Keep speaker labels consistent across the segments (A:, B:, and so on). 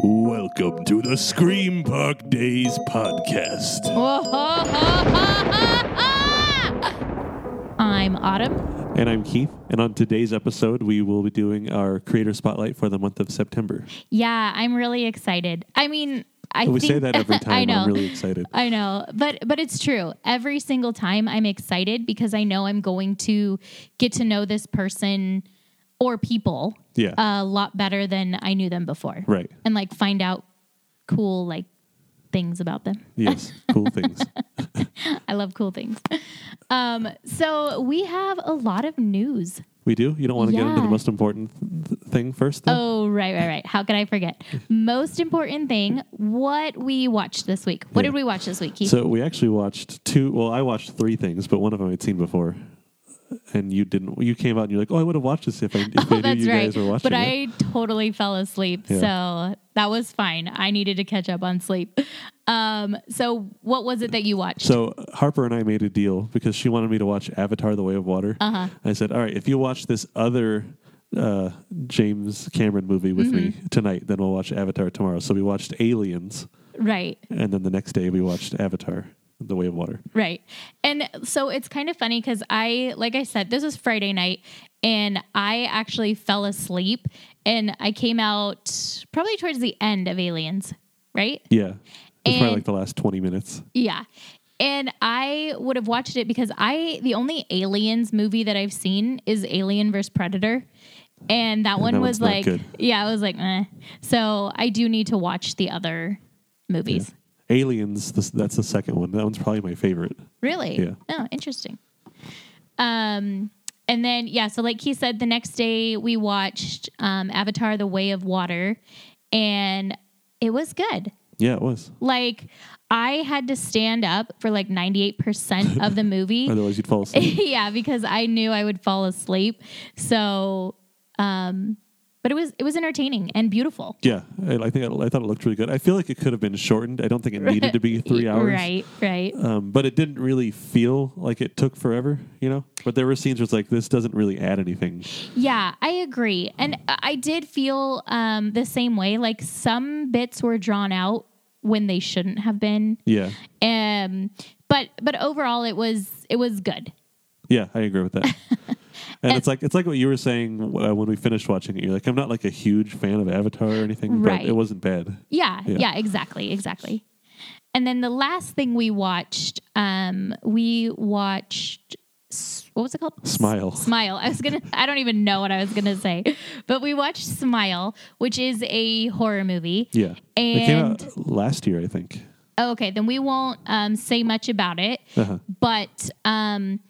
A: Welcome to the Scream Park Days podcast.
B: I'm Autumn.
C: And I'm Keith. And on today's episode, we will be doing our creator spotlight for the month of September.
B: Yeah, I'm really excited. I mean, I
C: we
B: think,
C: say that every time.
B: I know.
C: am really excited.
B: I know, but but it's true. Every single time I'm excited because I know I'm going to get to know this person or people
C: Yeah.
B: a lot better than I knew them before.
C: Right.
B: And like find out cool like things about them.
C: Yes. cool things.
B: I love cool things. Um so we have a lot of news.
C: We do. You don't want to get into
B: Yeah.
C: the most important th- thing first, though?
B: Oh, right, right, right. How could I forget? Most important thing, what we watched this week. What
C: Yeah.
B: did we watch this week, Keith? Oh,
C: So we actually watched two. Well, I watched three things, but one of them I'd seen before. And you didn't. You came out and you're like, oh, I would have watched this if I, if I
B: oh,
C: knew
B: that's
C: you
B: right.
C: guys were watching
B: But
C: it.
B: I totally fell asleep. So that was fine. I needed to catch up on sleep. Um, so what was it that you watched?
C: So Harper and I made a deal because she wanted me to watch Avatar: The Way of Water.
B: Uh-huh.
C: I said, "All right, if you watch this other uh, James Cameron movie with me
B: Mm-hmm.
C: tonight, then we'll watch Avatar tomorrow." So we watched Aliens,
B: right.
C: and then the next day we watched Avatar: The Way of Water.
B: Right. And so it's kind of funny because I, like I said, this was Friday night and I actually fell asleep and I came out probably towards the end of Aliens, right?
C: Yeah, it's
B: And-
C: probably like the last twenty minutes.
B: Yeah. And I would have watched it because I the only aliens movie that I've seen is Alien vs Predator. And that one
C: that
B: was
C: one's not
B: like
C: good.
B: yeah, I was like, eh. So I do need to watch the other movies.
C: Aliens, this, that's the second one. That one's probably my favorite.
B: Really?
C: Yeah.
B: Oh, interesting. Um and then yeah, so like he said, the next day we watched um, Avatar The Way of Water and it was good.
C: Yeah, it was.
B: Like I had to stand up for like 98% of the movie.
C: Otherwise, you'd fall asleep.
B: yeah, because I knew I would fall asleep. So, um, but it was it was entertaining and beautiful.
C: Yeah, I, I think I, I thought it looked really good. I feel like it could have been shortened. I don't think it needed to be three hours.
B: Right, right.
C: um, but it didn't really feel like it took forever, you know. But there were scenes where it's like this doesn't really add anything.
B: Yeah, I agree. And I I did feel um, the same way. Like some bits were drawn out when they shouldn't have been.
C: Yeah,
B: Um, but but overall, it was it was good.
C: yeah, I agree with that. and, it's like it's like what you were saying uh, when we finished watching it. You're like, I'm not like a huge fan of Avatar or anything,
B: Right.
C: but it wasn't bad.
B: Yeah, yeah,
C: Yeah.
B: exactly, exactly. And then the last thing we watched, um, we watched S- what was it called?
C: Smile.
B: S- Smile. I was gonna. I don't even know what I was gonna say, but we watched Smile, which is a horror movie.
C: Yeah, it came
B: And-
C: out last year, I think.
B: Okay, then we won't um, say much about it.
C: Uh-huh.
B: But um,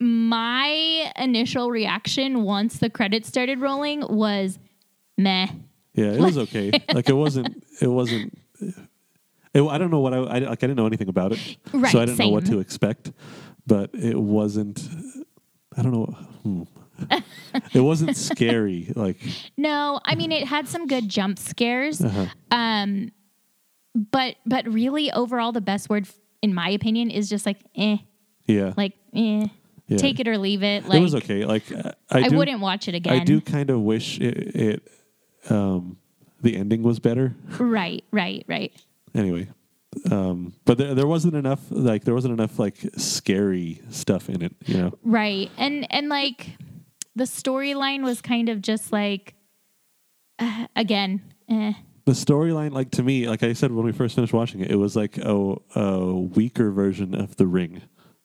B: my initial reaction once the credits started rolling was meh.
C: Yeah, it was okay. like it wasn't. It wasn't. It, I don't know what I, I like. I didn't know anything about it,
B: Right,
C: so I didn't know what
B: same.
C: to expect. But it wasn't. I don't know. Hmm. it wasn't scary. Like
B: No, I mean it had some good jump scares.
C: uh
B: Um, but but really, overall, the best word, in my opinion, is just like eh,
C: yeah,
B: like eh,
C: Yeah.
B: take it or leave it. Like
C: it was okay. Like I,
B: I,
C: do,
B: wouldn't watch it
C: I
B: again.
C: do kind of wish it, it. Um, the ending was better.
B: Right, right, right.
C: Anyway. Um, but there, there wasn't enough like there wasn't enough like scary stuff in it, you know.
B: Right. And and like the storyline was kind of just like uh, again, eh.
C: the storyline like to me like i said when we first finished watching it it was like a, a weaker version of the ring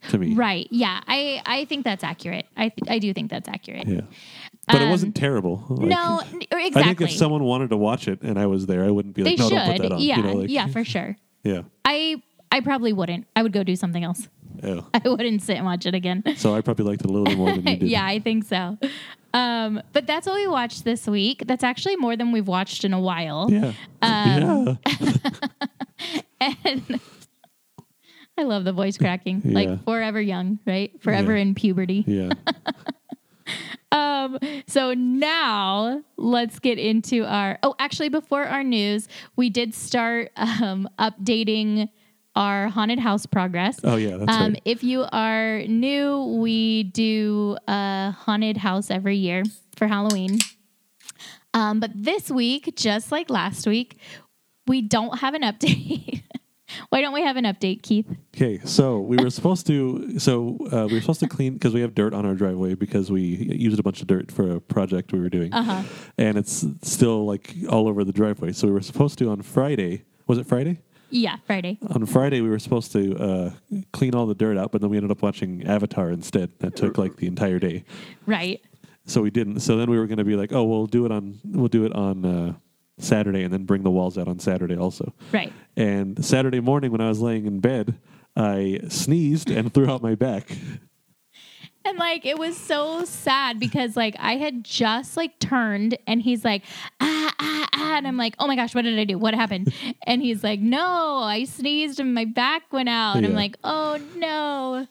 C: to me
B: Right. Yeah. I I think that's accurate. I th- I do think that's accurate.
C: yeah but
B: Um,
C: it wasn't terrible Like,
B: no, n- exactly.
C: i think if someone wanted to watch it and i was there i wouldn't be
B: they
C: like no
B: should.
C: don't put that on
B: yeah.
C: you know, like,
B: yeah, for sure.
C: yeah
B: I I probably wouldn't. I would go do something else.
C: yeah
B: I wouldn't sit and watch it again.
C: Oh. so i probably liked it a little bit more than you did
B: yeah, I think so. Um, but that's all we watched this week. That's actually more than we've watched in a while.
C: yeah
B: Um,
C: yeah
B: And I love the voice cracking.
C: Yeah.
B: Like forever young, right? Forever
C: Yeah.
B: in puberty.
C: yeah
B: Um, so now let's get into our oh, actually before our news, we did start um updating our haunted house progress.
C: oh yeah that's
B: Um,
C: right
B: if you are new, we do a haunted house every year for Halloween. Um, but this week, just like last week, we don't have an update. Why don't we have an update, Keith?
C: Okay, so we were supposed to, so uh, we were supposed to clean because we have dirt on our driveway because we used a bunch of dirt for a project we were doing,
B: Uh-huh.
C: and it's still like all over the driveway. So we were supposed to on Friday. Was it Friday?
B: Yeah, Friday.
C: On Friday, we were supposed to uh, clean all the dirt out, but then we ended up watching Avatar instead. That took like the entire day,
B: Right.
C: so we didn't. So then we were going to be like, oh, we'll do it on we'll do it on uh, Saturday, and then bring the walls out on Saturday also.
B: Right.
C: And Saturday morning, when I was laying in bed, I sneezed and threw out my back.
B: And like it was so sad because like I had just like turned and he's like ah ah ah and I'm like oh my gosh what did I do what happened and he's like no I sneezed and my back went out and I'm
C: Yeah.
B: like oh no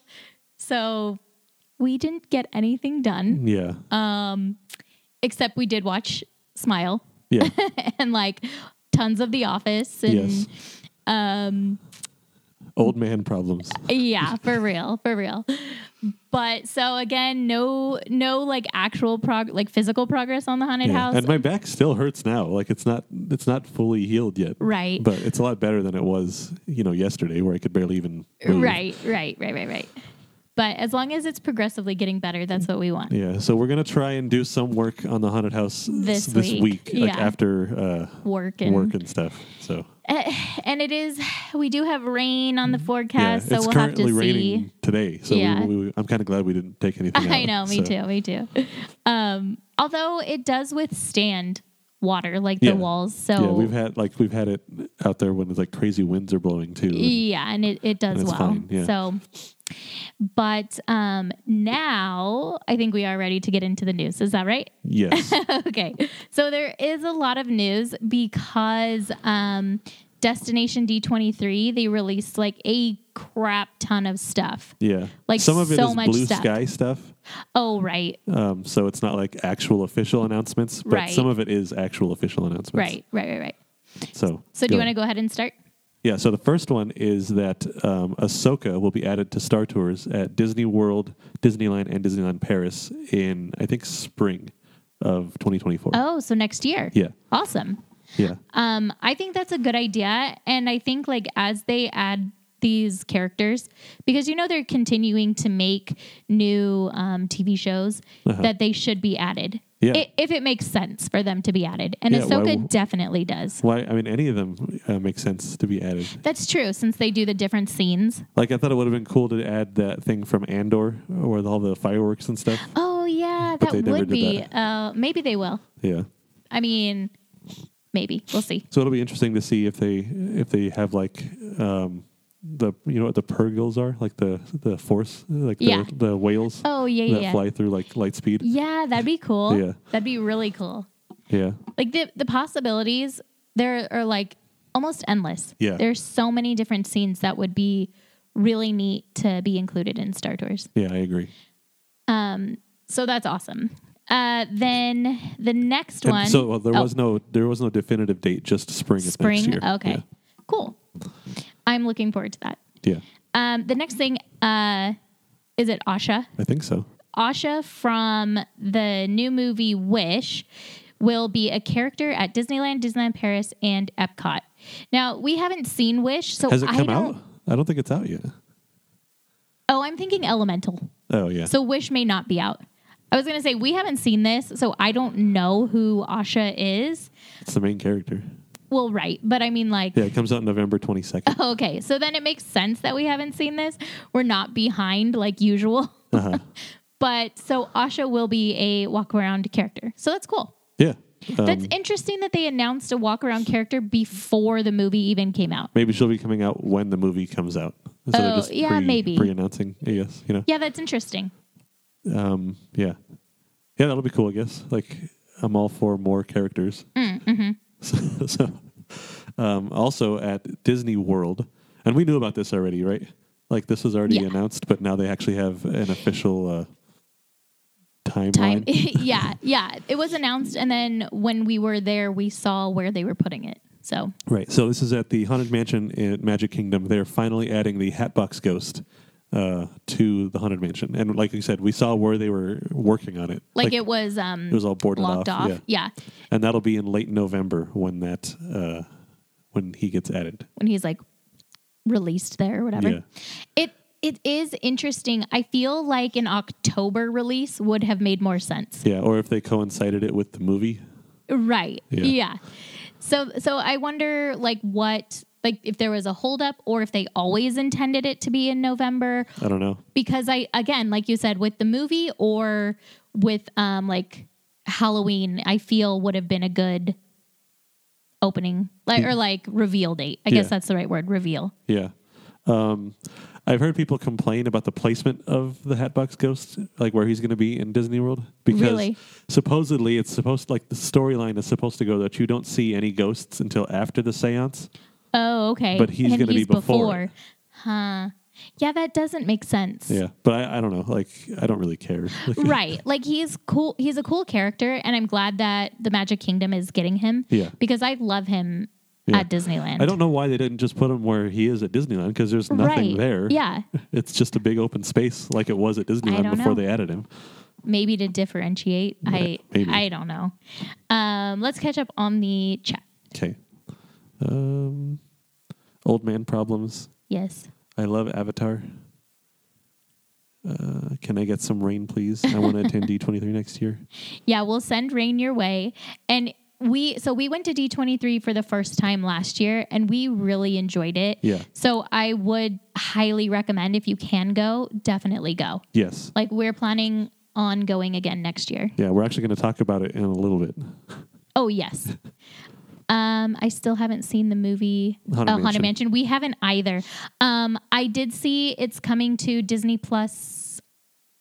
B: so we didn't get anything done
C: Yeah.
B: except we did watch Smile
C: yeah.
B: and like tons of The Office and
C: yes.
B: um
C: Old man problems.
B: yeah for real for real but so again no no like actual prog like physical progress on the haunted
C: Yeah.
B: house
C: And my back still hurts now. Like it's not it's not fully healed yet.
B: Right.
C: But it's a lot better than it was, you know, yesterday where I could barely even move.
B: right right right right right but as long as it's progressively getting better that's what we want
C: Yeah. So we're gonna try and do some work on the haunted house
B: This
C: this
B: week.
C: week like
B: Yeah.
C: after uh,
B: work and
C: work and stuff. So
B: and it is we do have rain on the
C: Mm-hmm. yeah,
B: forecast so
C: it's
B: we'll have
C: currently
B: to
C: raining
B: see
C: today. So
B: Yeah.
C: we, we, I'm kind of glad we didn't take anything.
B: i
C: out.
B: know me
C: So-
B: too me too um although it does withstand water like
C: Yeah.
B: the walls so
C: Yeah, we've had like we've had it out there when it's like crazy winds are blowing too. and-
B: Yeah, and it, it does
C: it's
B: well.
C: fine, yeah.
B: So, but um, now I think we are ready to get into the news. Is that right?
C: yes.
B: okay. So there is a lot of news because um, Destination D23, they released like a crap ton of stuff.
C: Yeah.
B: Like,
C: some of it is
B: so much
C: blue
B: stuff.
C: sky stuff.
B: Oh, right.
C: Um, so it's not like actual official announcements, but
B: Right.
C: some of it is actual official announcements.
B: Right, right, right, right.
C: So
B: So do you want to go ahead and start?
C: Yeah. So the first one is that um, Ahsoka will be added to Star Tours at Disney World, Disneyland, and Disneyland Paris in I think spring of 2024.
B: Oh, so next year.
C: Yeah.
B: Awesome.
C: Yeah.
B: Um, I think that's a good idea, and I think like as they add these characters, because you know they're continuing to make new um, TV shows,
C: Uh-huh.
B: that they should be added.
C: Yeah.
B: I- if it makes sense for them to be added, and
C: Yeah, why
B: Ahsoka
C: w-
B: definitely does.
C: Why? I mean, any of them uh, makes sense to be added.
B: That's true, since they do the different scenes.
C: Like I thought it would have been cool to add that thing from Andor with all the fireworks and stuff.
B: Oh yeah,
C: But
B: that
C: they never
B: would
C: did
B: be.
C: that.
B: Uh, maybe they will.
C: Yeah.
B: I mean, maybe we'll see.
C: So it'll be interesting to see if they if they have like um, the you know what the purgils are like the the force like
B: Yeah.
C: the, the whales
B: Oh yeah, yeah,
C: that
B: yeah.
C: fly through like light speed.
B: Yeah, that'd be cool.
C: Yeah.
B: That'd be really cool.
C: Yeah,
B: like the the possibilities there are like almost endless.
C: Yeah.
B: There's so many different scenes that would be really neat to be included in Star Tours.
C: yeah, I agree.
B: So that's awesome. Uh, then the next
C: And
B: one
C: so well, there
B: oh,
C: was no there was no definitive date, just spring. Of
B: spring.
C: Next year.
B: Okay. Cool. I'm looking forward to that.
C: Yeah. Yeah,
B: Um, the next thing uh, is it Asha?
C: I think so.
B: Asha from the new movie Wish will be a character at Disneyland, Disneyland Paris, and Epcot. Now we haven't seen Wish, so
C: Has it
B: Oh, I
C: come
B: don't.
C: out? I don't think it's out yet.
B: Oh, I'm thinking Elemental.
C: Oh yeah.
B: So Wish may not be out. I was gonna say we haven't seen this, so I don't know who Asha is.
C: it's the main character.
B: Well, right, but I mean like.
C: Yeah, it comes out November twenty second.
B: Okay, so then it makes sense that we haven't seen this. We're not behind like usual.
C: Uh-huh.
B: But so Asha will be a walk around character. So that's cool.
C: yeah.
B: That's
C: Um,
B: interesting that they announced a walk around character before the movie even came out.
C: Maybe she'll be coming out when the movie comes out. Instead
B: Oh,
C: of just
B: yeah,
C: pre,
B: maybe.
C: pre-announcing. I guess you know.
B: Yeah, that's interesting.
C: Um, yeah, yeah, that'll be cool. I guess like I'm all for more characters.
B: Mm, mm-hmm.
C: So, so, um, also at Disney World, and we knew about this already, right? Like this was already
B: Yeah.
C: announced, but now they actually have an official uh,
B: Time.
C: timeline.
B: yeah, yeah. It was announced, and then when we were there, we saw where they were putting it. So
C: Right. So this is at the Haunted Mansion at Magic Kingdom. They're finally adding the Hatbox Ghost. uh, to the haunted mansion. And like you said, we saw where they were working on it.
B: Like, it was um
C: it was all boarded
B: blocked
C: off,
B: off. Yeah.
C: and that'll be in late November when that uh, when he gets added.
B: when he's like released there or whatever.
C: Yeah.
B: It it is interesting. I feel like an October release would have made more sense.
C: Yeah, or if they coincided it with the movie.
B: Right.
C: Yeah.
B: Yeah. So so I wonder like what like if there was a holdup or if they always intended it to be in November
C: I don't know.
B: because I again like you said with the movie or with um like Halloween I feel would have been a good opening like or like reveal date. I
C: Yeah.
B: guess that's the right word, reveal.
C: Yeah. Um, I've heard people complain about the placement of the Hatbox Ghost, like where he's going to be in Disney World, because
B: Really?
C: supposedly it's supposed like the storyline is supposed to go that you don't see any ghosts until after the séance.
B: Oh, okay.
C: But he's
B: And
C: gonna be before it.
B: Huh. Yeah, that doesn't make sense.
C: Yeah, but I, I don't know. Like I don't really care. Like,
B: Right. Like he's cool he's a cool character and I'm glad that the Magic Kingdom is getting him.
C: Yeah.
B: Because I love him
C: Yeah.
B: at Disneyland.
C: I don't know why they didn't just put him where he is at Disneyland because there's nothing
B: Right.
C: there.
B: Yeah.
C: It's just a big open space like it was at Disneyland
B: don't
C: before
B: know.
C: they added him.
B: Maybe to differentiate. I
C: maybe.
B: I don't know. Um let's catch up on the chat.
C: Okay. Um, old man problems.
B: Yes.
C: I love Avatar. Uh, can I get some rain, please? I want to attend D23 next year.
B: Yeah, we'll send rain your way. And we so we went to D23 for the first time last year and we really enjoyed it.
C: Yeah.
B: So I would highly recommend if you can go, definitely go.
C: Yes.
B: Like we're planning on going again next year.
C: Yeah, we're actually going to talk about it in a little bit.
B: Oh yes. Um, I still haven't seen the movie
C: Haunted
B: uh, Haunted
C: Mansion.
B: Mansion. We haven't either. Um, I did see it's coming to Disney Plus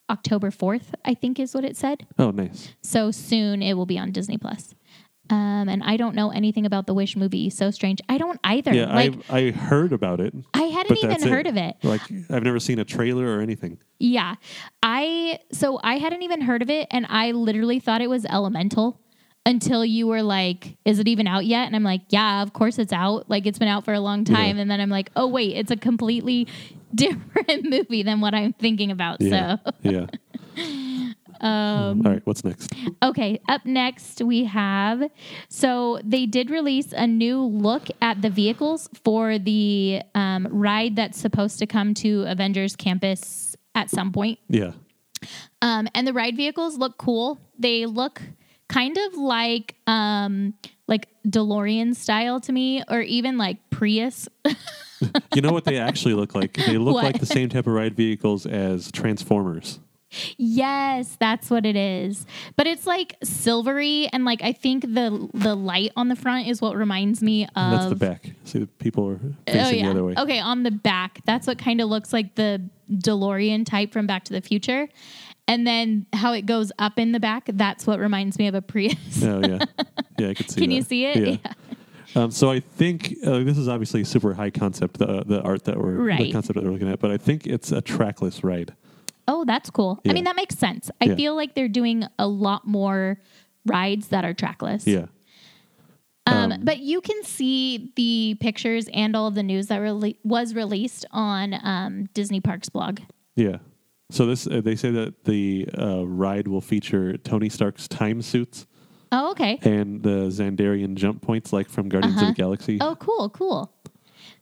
B: October fourth. I think is what it said.
C: Oh, nice.
B: So soon it will be on Disney Plus. Um, and I don't know anything about the Wish movie. So strange. I don't either.
C: Yeah,
B: like
C: I I heard about it,
B: I,
C: but
B: hadn't even
C: that's it.
B: heard of it.
C: Like I've never seen a trailer or anything.
B: Yeah. I so I hadn't even heard of it and I literally thought it was elemental until you were like, is it even out yet? And I'm like, yeah, of course it's out. Like it's been out for a long time.
C: Yeah.
B: And then I'm like, oh wait, it's a completely different movie than what I'm thinking about.
C: Yeah.
B: So
C: yeah. Um, All right, what's next?
B: okay, up next we have so they did release a new look at the vehicles for the um, ride that's supposed to come to Avengers campus at some point.
C: Yeah.
B: Um, and the ride vehicles look cool. They look kind of like um, like DeLorean style to me, or even like Prius.
C: You know what they actually look like? They look
B: What?
C: like the same type of ride vehicles as Transformers.
B: yes, that's what it is. But it's like silvery, and like I think the the light on the front is what reminds me of.
C: That's the back. See, the people are facing
B: Oh yeah.
C: the other way.
B: Okay, on the back. That's what kind of looks like the DeLorean type from Back to the Future. And then how it goes up in the back, that's what reminds me of a Prius.
C: Oh yeah, yeah, I could see.
B: Can
C: that.
B: you see it?
C: Yeah. Um, so I think uh, this is obviously super high concept, the the art that we're the
B: Right.
C: concept that we're looking at, but I think it's a trackless ride.
B: Oh, that's cool.
C: Yeah.
B: I mean, that makes sense. I
C: Yeah.
B: feel like they're doing a lot more rides that are trackless.
C: Yeah,
B: Um, but you can see the pictures and all of the news that rele- was released on um, Disney Parks blog.
C: yeah. So this uh, they say that the uh, ride will feature Tony Stark's time suits
B: Oh, okay.
C: and the Zandarian jump points, like from Guardians of the Galaxy.
B: Oh, cool, cool.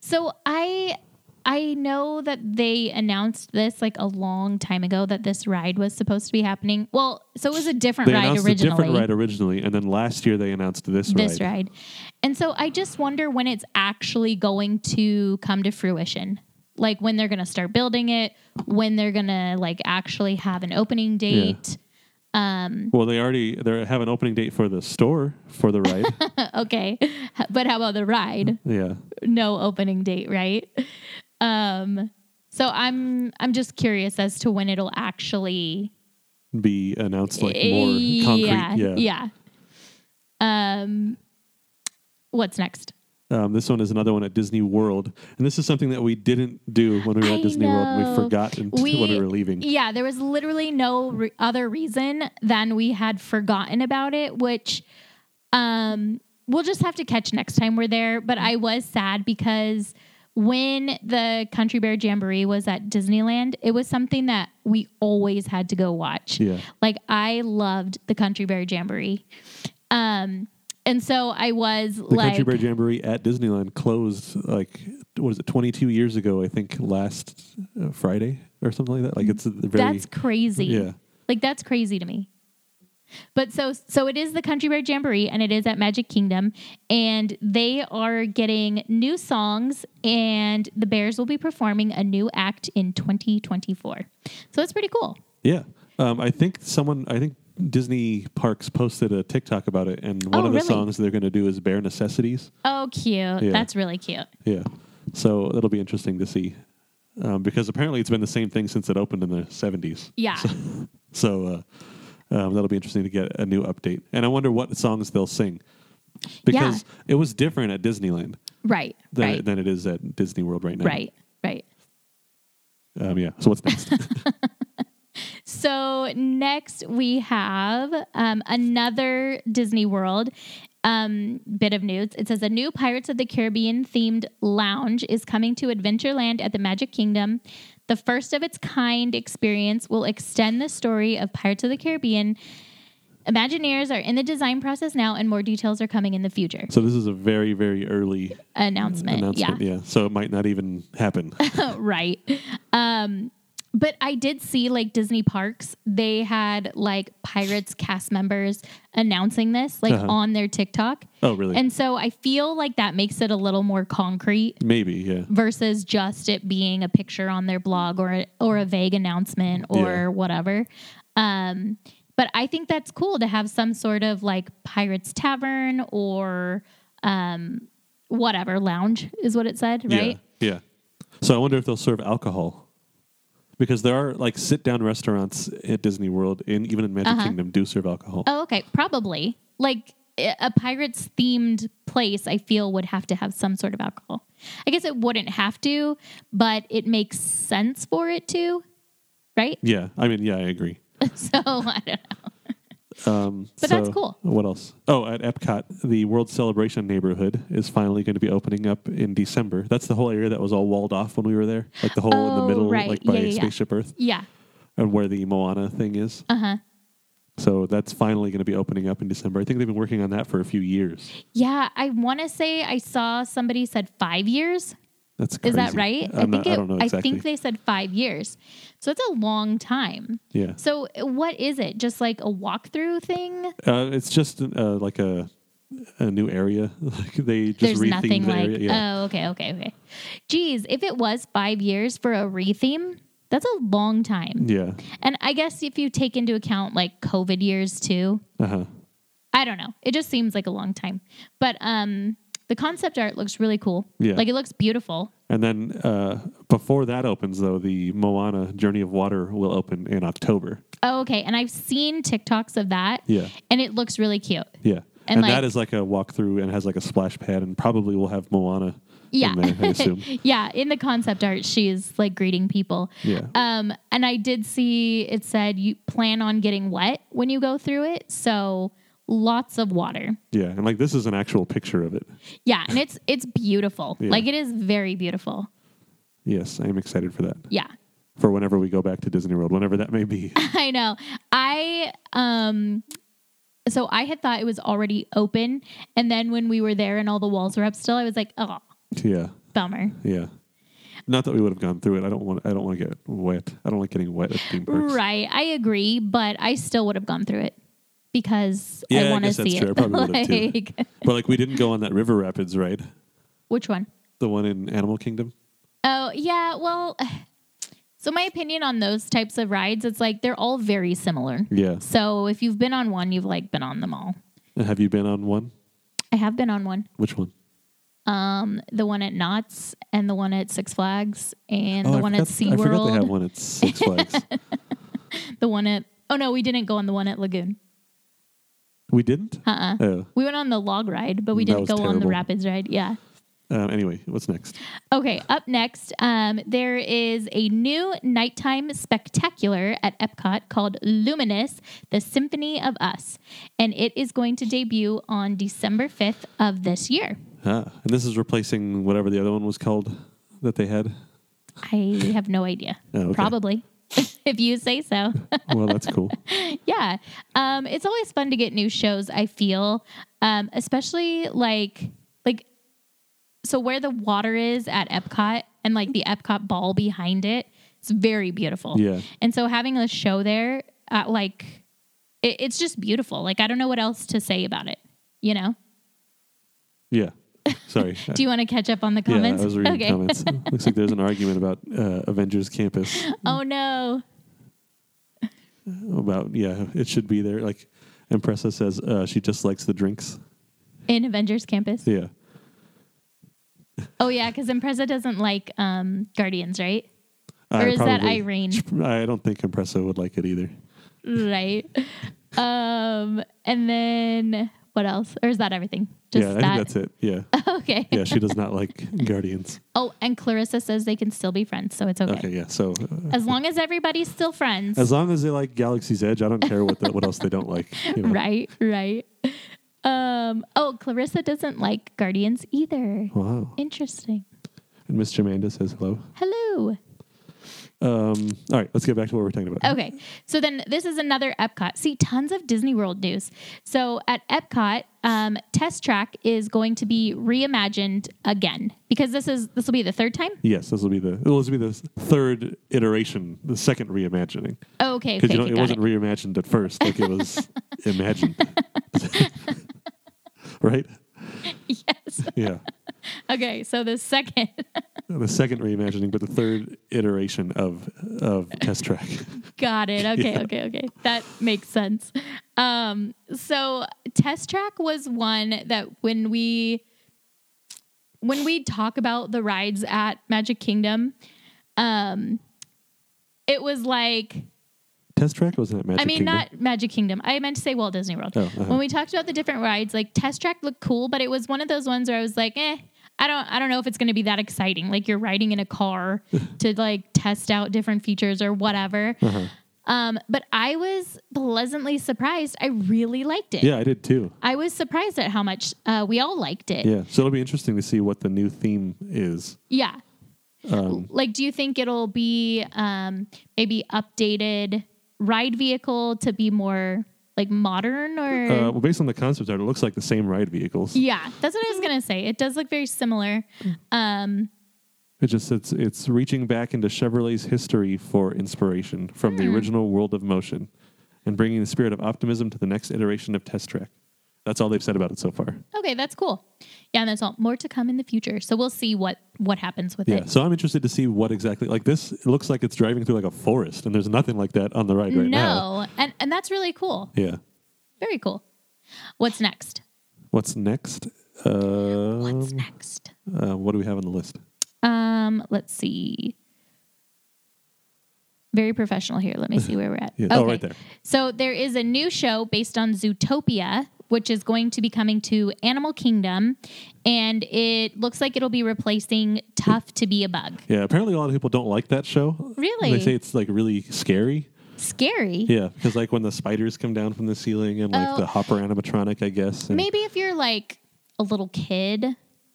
B: So I I know that they announced this like a long time ago that this ride was supposed to be happening. Well, so it was a different
C: they
B: ride
C: announced
B: originally.
C: a different ride originally, and then last year they announced this,
B: this ride. And so I just wonder when it's actually going to come to fruition. Like when they're going to start building it, when they're going to like actually have an opening date.
C: Well, they already they have an opening date for the store for the ride.
B: okay. But how about the ride?
C: yeah,
B: No opening date, right? Um so I'm I'm just curious as to when it'll actually
C: be announced like more concrete.
B: Eh, Yeah. Yeah. Um what's next?
C: Um, this one is another one at Disney World, and this is something that we didn't do when we were at
B: I
C: Disney World. We
B: know. e,
C: forgot until when we were leaving.
B: Yeah, there was literally no re- other reason than we had forgotten about it, which um, we'll just have to catch next time we're there. But I was sad because when the Country Bear Jamboree was at Disneyland, it was something that we always had to go watch.
C: Yeah.
B: Like I loved the Country Bear Jamboree. Um, and so I was
C: The
B: like,
C: Country Bear Jamboree at Disneyland closed like what is it, 22 years ago? I think last uh, Friday or something like that. Like it's a very
B: that's crazy.
C: Yeah.
B: Like that's crazy to me. But so so it is the Country Bear Jamboree and it is at Magic Kingdom and they are getting new songs and the Bears will be performing a new act in 2024. So it's pretty cool.
C: yeah. Um, I think someone I think Disney Parks posted a TikTok about it, and one
B: Oh,
C: of the
B: really?
C: songs they're going to do is Bear Necessities.
B: Oh cute. That's really cute.
C: Yeah. So that'll be interesting to see. Um, because apparently it's been the same thing since it opened in the 70s.
B: Yeah.
C: So uh, um, that'll be interesting to get a new update. And I wonder what songs they'll sing. Because it was different at Disneyland
B: right.
C: than,
B: right.
C: than it is at Disney World right now.
B: right. Right.
C: Um, yeah. So what's next?
B: So next we have um, another Disney World um, bit of news. It says a new Pirates of the Caribbean themed lounge is coming to Adventureland at the Magic Kingdom. The first of its kind experience will extend the story of Pirates of the Caribbean. Imagineers are in the design process now, and more details are coming in the future.
C: so this is a very, very
B: Uh,
C: early
B: Announcement.
C: announcement. Yeah. So it might not even happen.
B: right. Um, but I did see like Disney parks, they had like Pirates cast members announcing this like
C: Uh-huh.
B: on their TikTok.
C: oh, really?
B: And so I feel like that makes it a little more concrete
C: Maybe. Yeah.
B: versus just it being a picture on their blog or a, or a vague announcement or
C: Yeah.
B: whatever. Um, but I think that's cool to have some sort of like Pirates Tavern or um, whatever lounge is what it said, right?
C: Yeah. Yeah. So I wonder if they'll serve alcohol. Because there are like sit down restaurants at Disney World and even in Magic Kingdom do serve alcohol.
B: Uh-huh. Oh, okay. Probably. Like i- a pirates themed place, I feel would have to have some sort of alcohol. I guess it wouldn't have to, but it makes sense for it to, right?
C: Yeah. I mean, yeah, I agree.
B: so I don't know.
C: Um,
B: But that's cool.
C: What else? Oh, at Epcot, the World Celebration neighborhood is finally going to be opening up in December. That's the whole area that was all walled off when we were there, like the hole in
B: Oh,
C: the middle,
B: right.
C: like by
B: Yeah, yeah, yeah.
C: Spaceship Earth,
B: Yeah.
C: and where the Moana thing is.
B: Uh huh.
C: So that's finally going to be opening up in December. I think they've been working on that for a few years.
B: Yeah. I want to say I saw somebody said five years.
C: That's crazy.
B: Is that right?
C: I'm not-
B: it,
C: I don't know exactly.
B: I think they said five years. So it's a long time.
C: yeah.
B: So what is it? Just like a walkthrough thing?
C: Uh, it's just uh, like a a new area. Like they just
B: There's
C: rethemed
B: nothing
C: the
B: like
C: area. Yeah.
B: oh okay okay okay. Geez, if it was five years for a retheme, that's a long time.
C: yeah.
B: And I guess if you take into account like COVID years too,
C: Uh-huh.
B: I don't know. It just seems like a long time. But um, the concept art looks really cool.
C: Yeah.
B: like it looks beautiful.
C: And then uh, before that opens, though, the Moana Journey of Water will open in October.
B: Oh, okay, and I've seen TikToks of that.
C: Yeah.
B: and it looks really cute.
C: Yeah.
B: And
C: And,
B: like-
C: that is like a walkthrough and has like a splash pad and probably will have Moana
B: Yeah.
C: in there, I assume.
B: Yeah, in the concept art, she's like greeting people.
C: Yeah.
B: Um, and I did see it said you plan on getting wet when you go through it, so lots of water.
C: yeah. And like this is an actual picture of it.
B: Yeah, and it's it's beautiful.
C: Yeah.
B: Like it is very beautiful.
C: Yes, I am excited for that.
B: Yeah.
C: For whenever we go back to Disney World, whenever that may be.
B: I know. I um so I had thought it was already open and then when we were there and all the walls were up still, I was like, "Oh,
C: yeah.
B: bummer."
C: Yeah. Not that we would have gone through it. I don't want. I don't want to get wet. I don't like getting wet at theme parks.
B: Right. I agree, but I still would have gone through it because
C: Yeah,
B: I
C: I
B: want to
C: guess that's
B: see
C: true. I
B: it.
C: probably would've too. But like we didn't go on that River Rapids ride,
B: which one?
C: the one in Animal Kingdom.
B: Oh, yeah. Well, so my opinion on those types of rides, it's like they're all very similar.
C: Yeah.
B: So if you've been on one, you've like been on them all.
C: And have you been on one?
B: I have been on one. Um,
C: Which one?
B: The one at Knott's and the one at Six Flags and
C: Oh,
B: the
C: I
B: one
C: forgot,
B: at
C: I forgot they have
B: SeaWorld.
C: one at Six Flags.
B: The one at Oh no, we didn't go on the one at Lagoon.
C: we didn't. Uh-uh. Oh.
B: We went on the log ride, but we
C: That
B: didn't
C: was
B: go on the
C: terrible.
B: rapids ride. Yeah.
C: Um, anyway, what's next?
B: Okay, up next, um, there is a new nighttime spectacular at Epcot called Luminous, the Symphony of Us. And it is going to debut on December 5th of this year.
C: Ah, and this is replacing whatever the other one was called. that they had?
B: I have no idea.
C: Oh, okay.
B: Probably. if you say so.
C: Well, that's cool.
B: yeah. Um, it's always fun to get new shows, I feel. Um, especially like like so where the water is at Epcot and like the Epcot ball behind it, it's very beautiful.
C: Yeah.
B: And so having a show there at like it, it's just beautiful. Like I don't know what else to say about it, you know?
C: Yeah. Sorry.
B: Do you want to catch up on the
C: yeah,
B: comments?
C: I was reading
B: okay.
C: comments. Looks like there's an argument about uh, Avengers Campus.
B: oh no.
C: About yeah, it should be there. Like, Impressa says uh, she just likes the drinks.
B: In Avengers Campus.
C: Yeah.
B: Oh yeah, because Impreza doesn't like um, Guardians, right?
C: I
B: or is that
C: probably-
B: Irene?
C: I don't think Impressa would like it either.
B: right. Um, and then what else? Or is that everything? Just
C: yeah, I
B: that.
C: think that's it. Yeah.
B: Okay.
C: Yeah, she does not like Guardians.
B: Oh, and Clarissa says they can still be friends, so it's okay.
C: Okay, yeah. So uh,
B: As long as everybody's still friends.
C: as long as they like Galaxy's Edge, I don't care what the, what else they don't like. you know.
B: right, right. Um, oh, Clarissa doesn't like Guardians either.
C: Wow.
B: Interesting.
C: And Miss Jamanda says hello.
B: Hello.
C: Um, all right, let's get back to what we're talking about.
B: Okay. So then this is another Epcot. See, tons of Disney World news. So at Epcot, um, Test Track is going to be reimagined again because this is this will be the third time.
C: Yes, this will be the well, this will be the third iteration, the second reimagining.
B: Oh, okay.
C: Because
B: Okay.
C: you know
B: okay,
C: it
B: got
C: wasn't reimagined at first, like it was imagined. right?
B: yes.
C: Yeah.
B: Okay. So the second.
C: The second reimagining, but the third iteration of of Test Track.
B: Got it. Okay, okay, okay. That makes sense. Um, so test track was one that when we when we talk about the rides at Magic Kingdom, um, it was like
C: Test Track wasn't at Magic
B: I mean
C: Kingdom.
B: not Magic Kingdom. I meant to say Walt Disney World.
C: Oh, uh-huh.
B: When we talked about the different rides, like test track looked cool, but it was one of those ones where I was like, eh. I don't I don't know if it's going to be that exciting. Like you're riding in a car to like test out different features or whatever.
C: uh-huh.
B: Um, but I was pleasantly surprised. I really liked it.
C: Yeah, I did too.
B: I was surprised at how much uh, we all liked it.
C: Yeah, so it'll be interesting to see what the new theme is.
B: Yeah.
C: Um,
B: Like, do you think it'll be um, maybe updated ride vehicle to be more like modern or?
C: uh, well, based on the concept art, it looks like the same ride vehicles.
B: yeah, that's what I was gonna say. It does look very similar. Um,
C: It just it's it's reaching back into Chevrolet's history for inspiration from the original World of Motion, and bringing the spirit of optimism to the next iteration of Test Track. That's all they've said about it so far.
B: okay, that's cool. Yeah, and that's all. More to come in the future. So we'll see what what happens with
C: Yeah,
B: it.
C: so I'm interested to see what exactly like this. It looks like it's driving through like a forest, and there's nothing like that on the ride right
B: no,
C: now.
B: and and that's really cool.
C: Yeah.
B: Very cool. What's next?
C: What's next? Uh,
B: What's next?
C: uh, what do we have on the list?
B: Um, let's see. Very professional here. Let me see where we're at.
C: Yeah. Oh, right there.
B: So there is a new show based on Zootopia, which is going to be coming to Animal Kingdom, and it looks like it'll be replacing Tough to Be a Bug.
C: Yeah, apparently a lot of people don't like that show.
B: Really?
C: They say it's like really scary.
B: Scary.
C: Yeah, because like when the spiders come down from the ceiling and like
B: Oh.
C: the hopper animatronic, I guess. And
B: Maybe if you're like a little kid,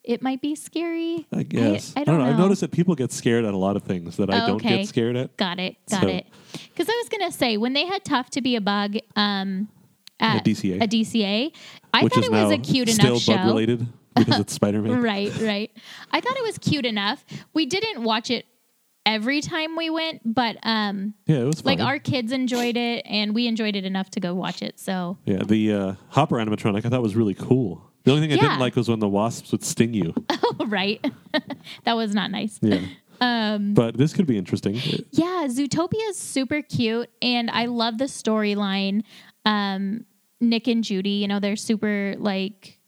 B: it might be scary.
C: I guess.
B: I, don't know.
C: I've noticed that people get scared at a lot of things that I
B: Oh,
C: don't
B: okay.
C: get scared at.
B: Got it. Got
C: So-
B: it. Because I was gonna say when they had tough to be a bug, um, at
C: At DCA.
B: a DCA, I
C: which
B: thought
C: is
B: it was
C: now
B: a cute
C: still
B: enough show.
C: bug related because it's Spider Man.
B: Right, right. I thought it was cute enough. We didn't watch it every time we went, but um,
C: Yeah, it was fun.
B: like our kids enjoyed it, and we enjoyed it enough to go watch it. So
C: yeah, the uh, hopper animatronic I thought was really cool. The only thing I
B: Yeah.
C: didn't like was when the wasps would sting you.
B: right, that was not nice.
C: Yeah. um, but this could be interesting.
B: Yeah, Zootopia is super cute, and I love the storyline. Um, Nick and Judy, you know, they're super like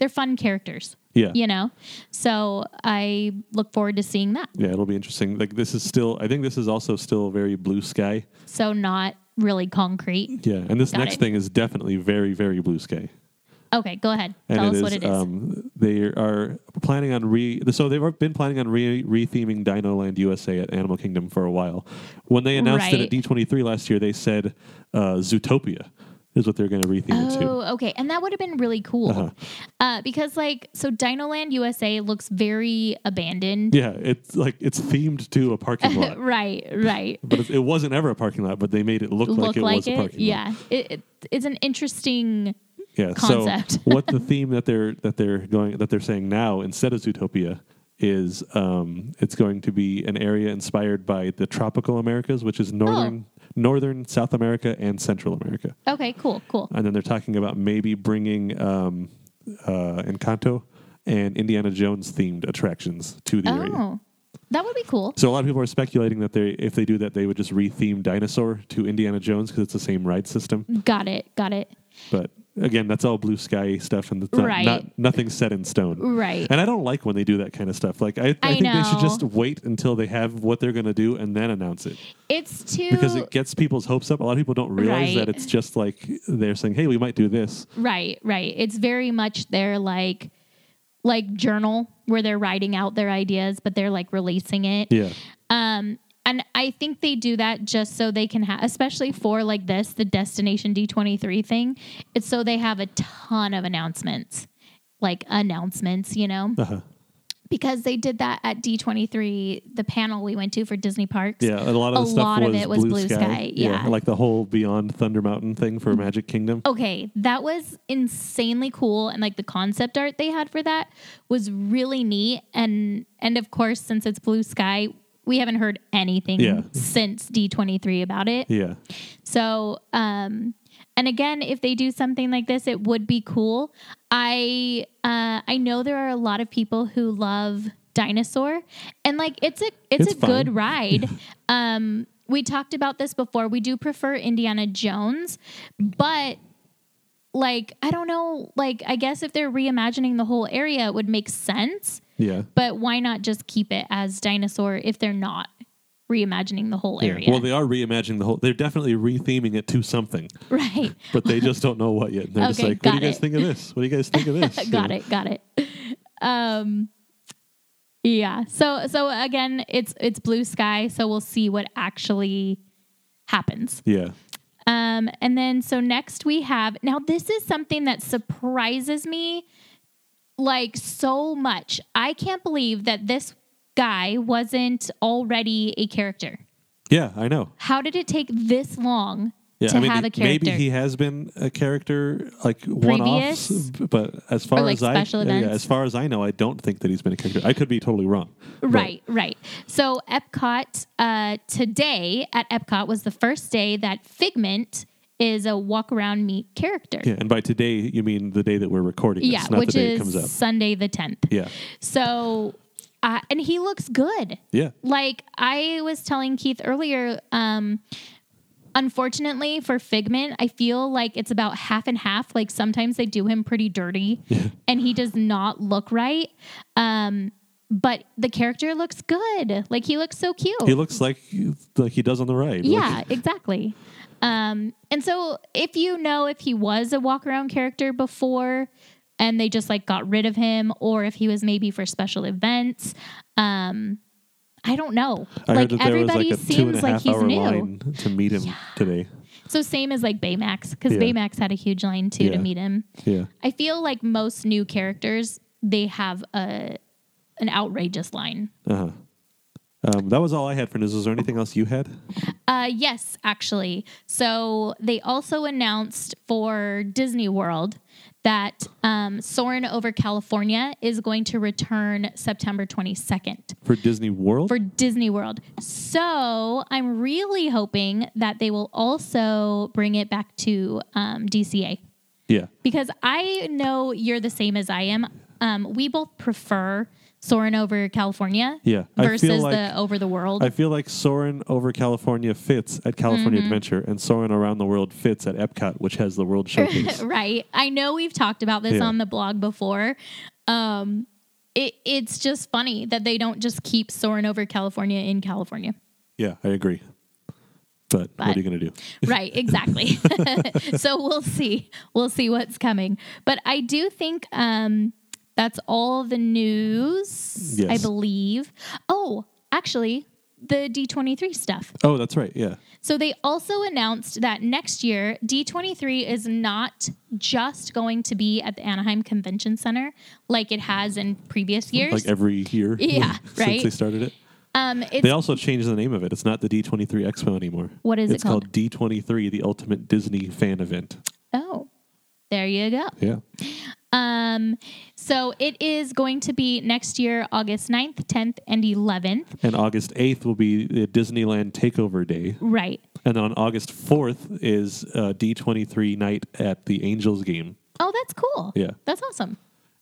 B: they're fun characters,
C: Yeah.
B: you know. So I look forward to seeing that.
C: Yeah, it'll be interesting. Like this is still I think this is also still very blue sky.
B: So not really concrete.
C: Yeah, and this
B: Got
C: next
B: it.
C: thing is definitely very, very blue sky.
B: Okay, go ahead.
C: And
B: Tell us what it is.
C: Um, they are planning on re. So they've been planning on re retheming Dino Land USA at Animal Kingdom for a while. When they announced it
B: Right.
C: at D23 last year, they said uh, Zootopia, is what they're going to retheme it to.
B: Oh, okay. And that would have been really cool.
C: Uh-huh.
B: uh because, like, so Dinoland USA looks very abandoned.
C: Yeah, it's like it's themed to a parking lot,
B: right, right.
C: but it, it wasn't ever a parking lot. But they made it look, like
B: Look
C: it
B: like
C: was a
B: it.
C: parking lot.
B: Yeah. It, it, it's an interesting.
C: Yeah. So
B: concept.
C: what the theme that they're that they're going that they're saying now instead of Zootopia is um, it's going to be an area inspired by the tropical Americas, which
B: Oh.
C: is northern northern South America and Central America.
B: Okay, cool, cool.
C: And then they're talking about maybe bringing um, uh, Encanto and Indiana Jones themed attractions to the area.
B: Oh, that would be cool.
C: So a lot of people are speculating that they, if they do that, they would just retheme Dinosaur to Indiana Jones because it's the same ride system.
B: Got it, got it.
C: But again, that's all blue sky stuff, and it's not,
B: Right.
C: not nothing set in stone.
B: Right.
C: And I don't like when they do that kind of stuff. Like I, I,
B: I
C: think they should
B: know.
C: just wait until they have what they're going to do and then announce it
B: It's too.
C: because it gets people's hopes up. A lot of people don't realize
B: Right.
C: that it's just like they're saying, "Hey, we might do this."
B: Right, right. It's very much their like like journal where they're writing out their ideas, but they're like releasing it.
C: Yeah.
B: Um and I think they do that just so they can have especially for like this, the destination D23 thing. It's so they have a ton of announcements. Like announcements, you know?
C: Uh-huh.
B: Because they did that at D23, the panel we went to for Disney Parks.
C: Yeah, and a lot of
B: A
C: the stuff
B: lot of
C: was,
B: it was
C: blue,
B: blue
C: sky.
B: sky, yeah. Mm-hmm. Oh.
C: like the whole Beyond Thunder Mountain thing for Magic Kingdom.
B: Okay, that was insanely cool and like the concept art they had for that was really neat and and of course since it's blue sky, we haven't heard anything
C: Yeah.
B: since D23 about it.
C: Yeah,
B: So, um and again, if they do something like this, it would be cool. I uh I know there are a lot of people who love Dinosaur and like it's a it's,
C: It's
B: a
C: fine.
B: good ride. um we talked about this before. We do prefer Indiana Jones, but like I don't know, like I guess if they're reimagining the whole area, it would make sense.
C: yeah.
B: But why not just keep it as dinosaur if they're not reimagining the whole area?
C: yeah. Well, they are reimagining the whole. They're definitely retheming it to something.
B: right.
C: but they just don't know what yet. They're just
B: Okay,
C: like, what do you
B: got
C: guys
B: it.
C: think of this? What do you guys think of this? You
B: got
C: know?
B: it got it um yeah so so again it's it's blue sky so we'll see what actually happens
C: Yeah.
B: um and then so next we have now this is something that surprises me like so much i can't believe that this guy wasn't already a character
C: Yeah, I know.
B: how did it take this long
C: Yeah,
B: to
C: I mean,
B: have a
C: it-
B: character
C: maybe he has been a character like one offs,
B: Previous?
C: but as far
B: like,
C: as I
B: special
C: yeah,
B: events?
C: as far as I know, I don't think that he's been a character. I could be totally wrong. but-
B: Right, right. So Epcot uh, today at Epcot was the first day that Figment is a walk around meet character.
C: yeah, and by today you mean the day that we're recording this,
B: Yeah,
C: not the
B: which
C: day it
B: is
C: comes up.
B: Sunday the tenth.
C: Yeah.
B: So, uh, and he looks good.
C: Yeah.
B: Like I was telling Keith earlier, um, unfortunately for Figment, I feel like it's about half and half. Like sometimes they do him pretty dirty and he does not look right. Um, but the character looks good. Like he looks so cute.
C: He looks like like he does on the ride.
B: Oh. yeah, exactly. Um, and so if you know if he was a walk around character before and they just like got rid of him or if he was maybe for special events, um, I don't know.
C: I
B: like
C: heard that there was
B: everybody
C: like a two and
B: seems
C: a
B: like
C: half
B: he's
C: hour
B: new.
C: line to meet him today.
B: So same as like Baymax because
C: Yeah.
B: Baymax had a huge line too
C: Yeah.
B: to meet him.
C: Yeah.
B: I feel like most new characters they have a an outrageous line.
C: Uh-huh. Um, that was all I had for news. Is there anything else you had?
B: Uh, yes, actually. So they also announced for Disney World that um, Soarin' over California is going to return September 22nd
C: For Disney World?
B: for Disney World. So I'm really hoping that they will also bring it back to um, DCA
C: yeah.
B: because I know you're the same as I am. Um, we both prefer Soarin' over California
C: Yeah, I feel
B: versus
C: like-
B: the over the world.
C: I feel like Soren over California fits at California
B: Mm-hmm.
C: Adventure, and Soren around the world fits at Epcot, which has the World Showcase.
B: right. I know we've talked about this
C: Yeah.
B: on the blog before. Um, it, it's just funny that they don't just keep soaring over California in California.
C: yeah, I agree. But, what
B: But-
C: are you going to do?
B: Right, exactly. so we'll see. We'll see what's coming. But I do think um, that's all the news, I
C: Yes.
B: believe. Oh, actually, the D23 stuff.
C: Oh, that's right. Yeah.
B: So they also announced that next year, D23 is not just going to be at the Anaheim Convention Center like it has in previous years.
C: Like every year.
B: Yeah,
C: since
B: right.
C: they started it.
B: um, it's,
C: They also changed the name of it. It's not the D23 Expo anymore.
B: What is it
C: it's called? D23, the Ultimate Disney Fan Event.
B: oh, there you go.
C: Yeah.
B: Um, so it is going to be next year, August 9th, 10th, and 11th.
C: And August 8th will be the Disneyland Takeover Day.
B: Right.
C: And on August 4th is uh, D23 night at the Angels game.
B: Oh, that's cool.
C: Yeah.
B: That's awesome.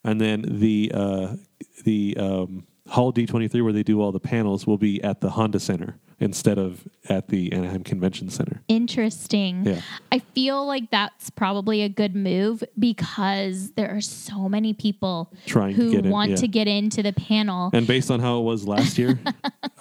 C: And then the uh, the um, Hall D23 where they do all the panels will be at the Honda Center instead of at the Anaheim Convention Center.
B: Interesting.
C: Yeah.
B: I feel like that's probably a good move because there are so many people
C: Trying to
B: who
C: get in,
B: want
C: yeah.
B: to get into the panel.
C: And based on how it was last year,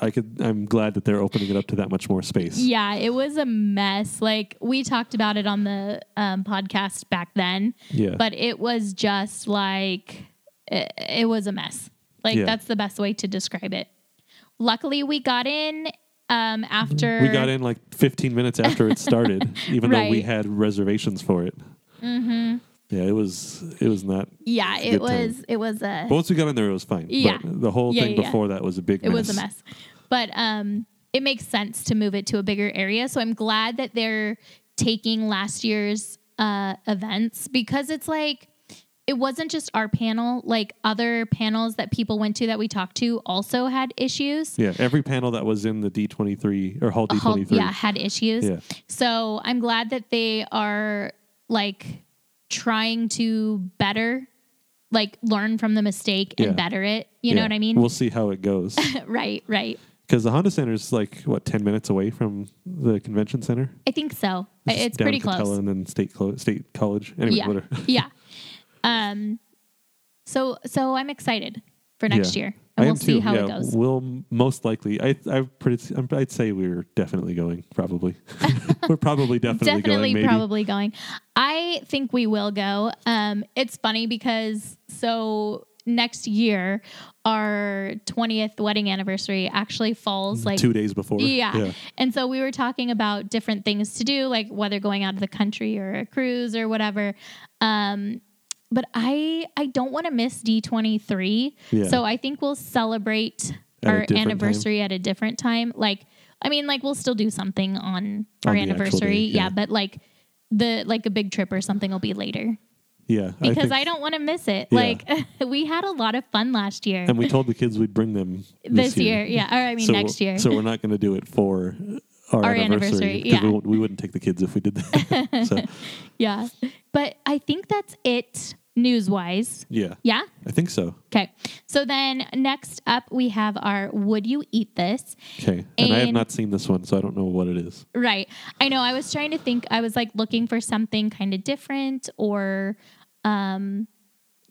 C: I could I'm glad that they're opening it up to that much more space.
B: yeah, it was a mess. Like we talked about it on the um, podcast back then,
C: Yeah.
B: but it was just like it, it was a mess. Like
C: Yeah.
B: that's the best way to describe it. Luckily, we got in um, after
C: Mm-hmm. we got in like 15 minutes after it started, even though we
B: Right.
C: had reservations for it. Mm-hmm. Yeah, it was it was not.
B: Yeah,
C: It's a
B: it
C: good time.
B: was. It was a.
C: But once we got in there, it was fine.
B: Yeah.
C: But the whole
B: Yeah,
C: thing
B: yeah, yeah.
C: before that was a big.
B: it was a mess but um it makes sense to move it to a bigger area so i'm glad that they're taking last year's uh events because it's like it wasn't just our panel like other panels that people went to that we talked to also had issues
C: Yeah, every panel that was in the D23 or Hall
B: A whole-
C: D23.
B: yeah had issues
C: Yeah.
B: so i'm glad that they are like trying to better like learn from the mistake and
C: Yeah.
B: better it you know
C: Yeah.
B: what i mean
C: We'll see how it goes.
B: right right
C: Because the Honda Center is like, what, 10 minutes away from the convention center?
B: i think so I-
C: just
B: it's
C: down
B: pretty
C: Coachella
B: close
C: And then State, Clo- State College. Anyway,
B: yeah.
C: whatever.
B: yeah. Um. So so I'm excited for next
C: Yeah.
B: year,
C: I
B: and
C: am
B: we'll see
C: too.
B: how
C: yeah,
B: it goes.
C: We'll m- most likely. I I pretty. I'm, I'd say we're definitely going. Probably. we're probably definitely, going.
B: Definitely,
C: Maybe.
B: probably going. I think we will go. Um. It's funny because so next year our 20th wedding anniversary actually falls like
C: two days before.
B: Yeah. And so we were talking about different things to do, like whether going out of the country or a cruise or whatever. Um, but I I don't want to miss D twenty three.
C: Yeah.
B: So I think we'll celebrate
C: At a
B: our
C: different
B: anniversary at a different time. Like I mean, like we'll still do something on our
C: On the actual
B: anniversary.
C: day,
B: yeah.
C: yeah.
B: but like the like a big trip or something will be later.
C: Yeah.
B: Because
C: think-
B: I, don't want to miss it.
C: Yeah.
B: Like we had a lot of fun last year.
C: And we told the kids we'd bring them
B: this year. yeah. Or I mean
C: so,
B: next year.
C: So we're not going to do it for. Our,
B: Our anniversary,
C: 'cause
B: yeah.
C: we, won't- we wouldn't take the kids if we did that. so,
B: Yeah. But I think that's it news wise.
C: yeah,
B: Yeah.
C: I think so.
B: Okay. So then next up, we have our Would You Eat This?
C: Okay, and, I have
B: And-
C: not seen this one, so I don't know what it is.
B: Right. I know. I was trying to think, I was like looking for something kind of different or, um,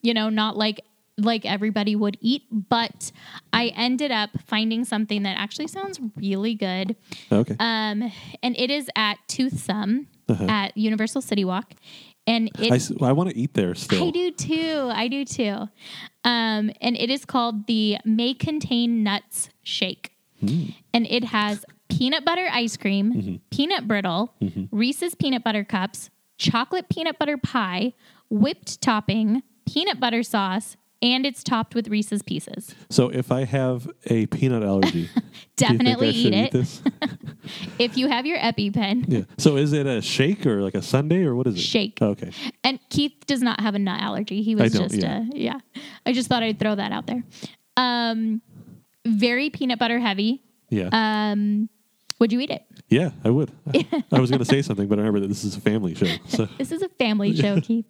B: you know, not like like everybody would eat but i ended up finding something that actually sounds really good
C: Okay,
B: um and it is at toothsome
C: Uh-huh.
B: at universal city walk and
C: I,
B: it's
C: s- I want to eat there still.
B: I do too. I do too. Um, and it is called the May Contain Nuts Shake.
C: Hmm.
B: And it has peanut butter ice cream,
C: Mm-hmm.
B: peanut brittle, Reese's peanut butter cups, chocolate peanut butter pie, whipped topping, peanut butter sauce, and it's topped with Reese's pieces.
C: So if I have a peanut allergy, do you think I
B: Definitely
C: should
B: eat it.
C: this?
B: If you have your EpiPen,
C: Yeah. So is it a shake or like a sundae or what is it? Oh,
B: Shake.
C: Okay.
B: And Keith does not have a nut allergy. He
C: I
B: was
C: don't,
B: just
C: yeah.
B: yeah. yeah. I just thought I'd throw that out there. Um, very peanut butter heavy.
C: Yeah.
B: Um, would you eat it?
C: yeah, I would. I, I was going to say something, but I remember that this is a family show. So
B: This is a family show, Keith.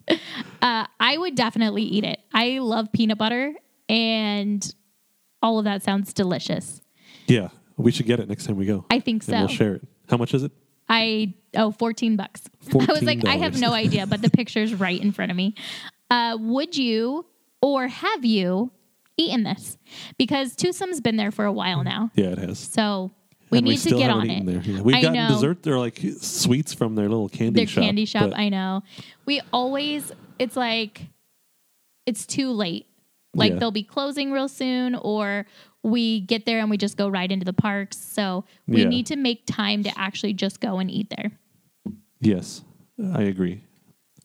B: Uh, I would definitely eat it. I love peanut butter, and all of that sounds delicious.
C: yeah, we should get it next time we go.
B: I think
C: And
B: so.
C: we'll share it. How much is it?
B: I oh, 14 bucks. I was like, I have
C: $14.
B: no idea, but the picture's right in front of me. Uh, would you or have you eaten this? Because Twosome's been there for a while now.
C: Hmm. Yeah, it has.
B: So we
C: and
B: need
C: we still
B: to get on
C: haven't
B: it.
C: eaten there. Yeah. We've
B: I
C: gotten
B: know.
C: dessert or like sweets from their little candy
B: Their
C: shop.
B: candy shop.
C: but
B: I know. We always, it's like, it's too late. Like
C: Yeah.
B: they'll be closing real soon, or we get there and we just go right into the parks. So we
C: Yeah.
B: need to make time to actually just go and eat there.
C: Yes, I agree.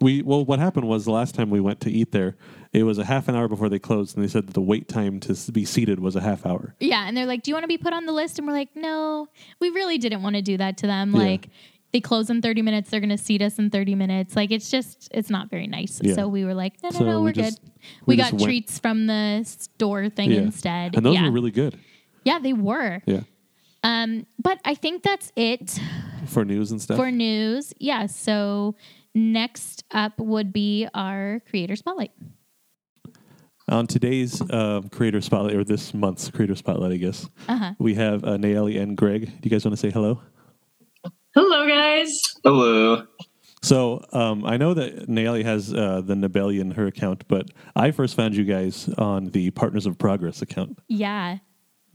C: We well, what happened was the last time we went to eat there, it was a half an hour before they closed, and they said that the wait time to s- be seated was a half hour.
B: Yeah, and they're like, "Do you want to be put on the list?" And we're like, "No, we really didn't want to do that to them."
C: Yeah.
B: Like, they close in thirty minutes; they're going to seat us in thirty minutes. Like, it's just, it's not very nice.
C: Yeah.
B: So we were like, "No, no,
C: So
B: no,
C: we
B: we're
C: just-
B: good."
C: we
B: We,
C: just
B: got
C: went-
B: treats from the store thing instead.
C: and those
B: yeah,
C: were really good.
B: yeah, they were.
C: Yeah,
B: Um, but I think that's it
C: for news and stuff.
B: for news. Yeah. So next up would be our creator spotlight.
C: On today's um, creator spotlight, or this month's creator spotlight, I guess
B: Uh-huh.
C: we have uh, Nayeli and Greg. Do you guys want to say hello?
D: Hello, guys.
E: Hello.
C: So um, I know that Nayeli has uh, the Nebelian her account, but I first found you guys on the Partners of Progress account.
B: Yeah.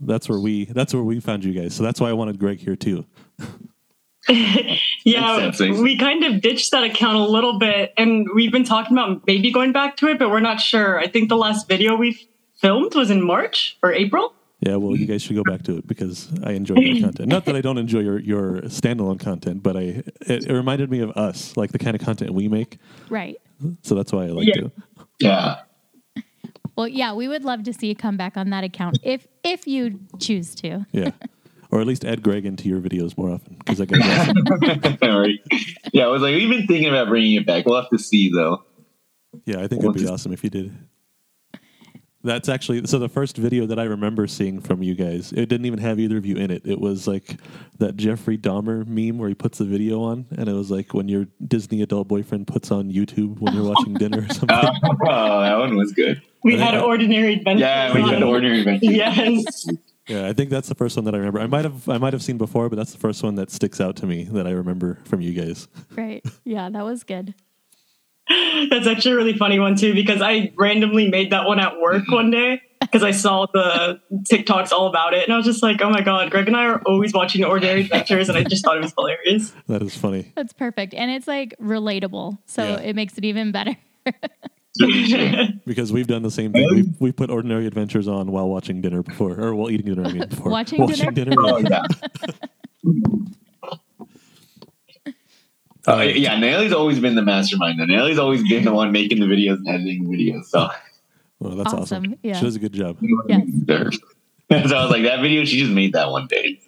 C: That's where we. That's where we found you guys. So that's why I wanted Greg here too.
D: Yeah,
E: Thanks, thanks.
D: we kind of ditched that account a little bit, and we've been talking about maybe going back to it, but we're not sure. I think the last video we filmed was in March or April.
C: Yeah, well, you guys should go back to it because I enjoy your content. Not that I don't enjoy your, your standalone content, but I it, it reminded me of us, like the kind of content we make.
B: Right.
C: So that's why I liked
D: Yeah.
C: it.
E: Yeah.
B: Well, yeah, we would love to see a comeback on that account if if you choose to.
C: Yeah, or at least add Greg into your videos more often because that guy's awesome.
E: All right. Yeah, I was like, we've been thinking about bringing it back. We'll have to see though.
C: Yeah, I think it'd be awesome if you did. That's actually so. The first video that I remember seeing from you guys, it didn't even have either of you in it. It was like that Jeffrey Dahmer meme where he puts the video on, and it was like when your Disney adult boyfriend puts on YouTube when you're watching dinner or something.
E: Oh, that one was good.
D: We
C: Yeah.
D: had ordinary adventures.
E: Yeah, we
D: on
E: had
D: it.
E: the ordinary adventure.
D: Yes.
C: Yeah, I think that's the first one that I remember. I might have I might have seen before, but that's the first one that sticks out to me that I remember from you guys.
B: Right. Yeah, that was good.
D: That's actually a really funny one, too, because I randomly made that one at work
E: Mm-hmm.
D: one day because I saw the TikToks all about it, and I was just like, oh my God, Greg and I are always watching ordinary adventures, and I just thought it was hilarious.
C: That is funny.
B: That's perfect. And it's like relatable. So
C: Yeah.
B: it makes it even better.
C: Because we've done the same thing.
E: Um,
C: We've we put ordinary adventures on while watching dinner before or while eating dinner I mean before.
B: Watching dinner?
E: Oh
C: yeah.
E: yeah. Oh yeah, Natalie's always been the mastermind. though. Natalie's always been the one making the videos and editing the videos. So
C: Well, that's awesome.
B: Awesome, yeah.
C: She does a good job.
B: Yes.
E: There. so I was like, that video, she just made that one day.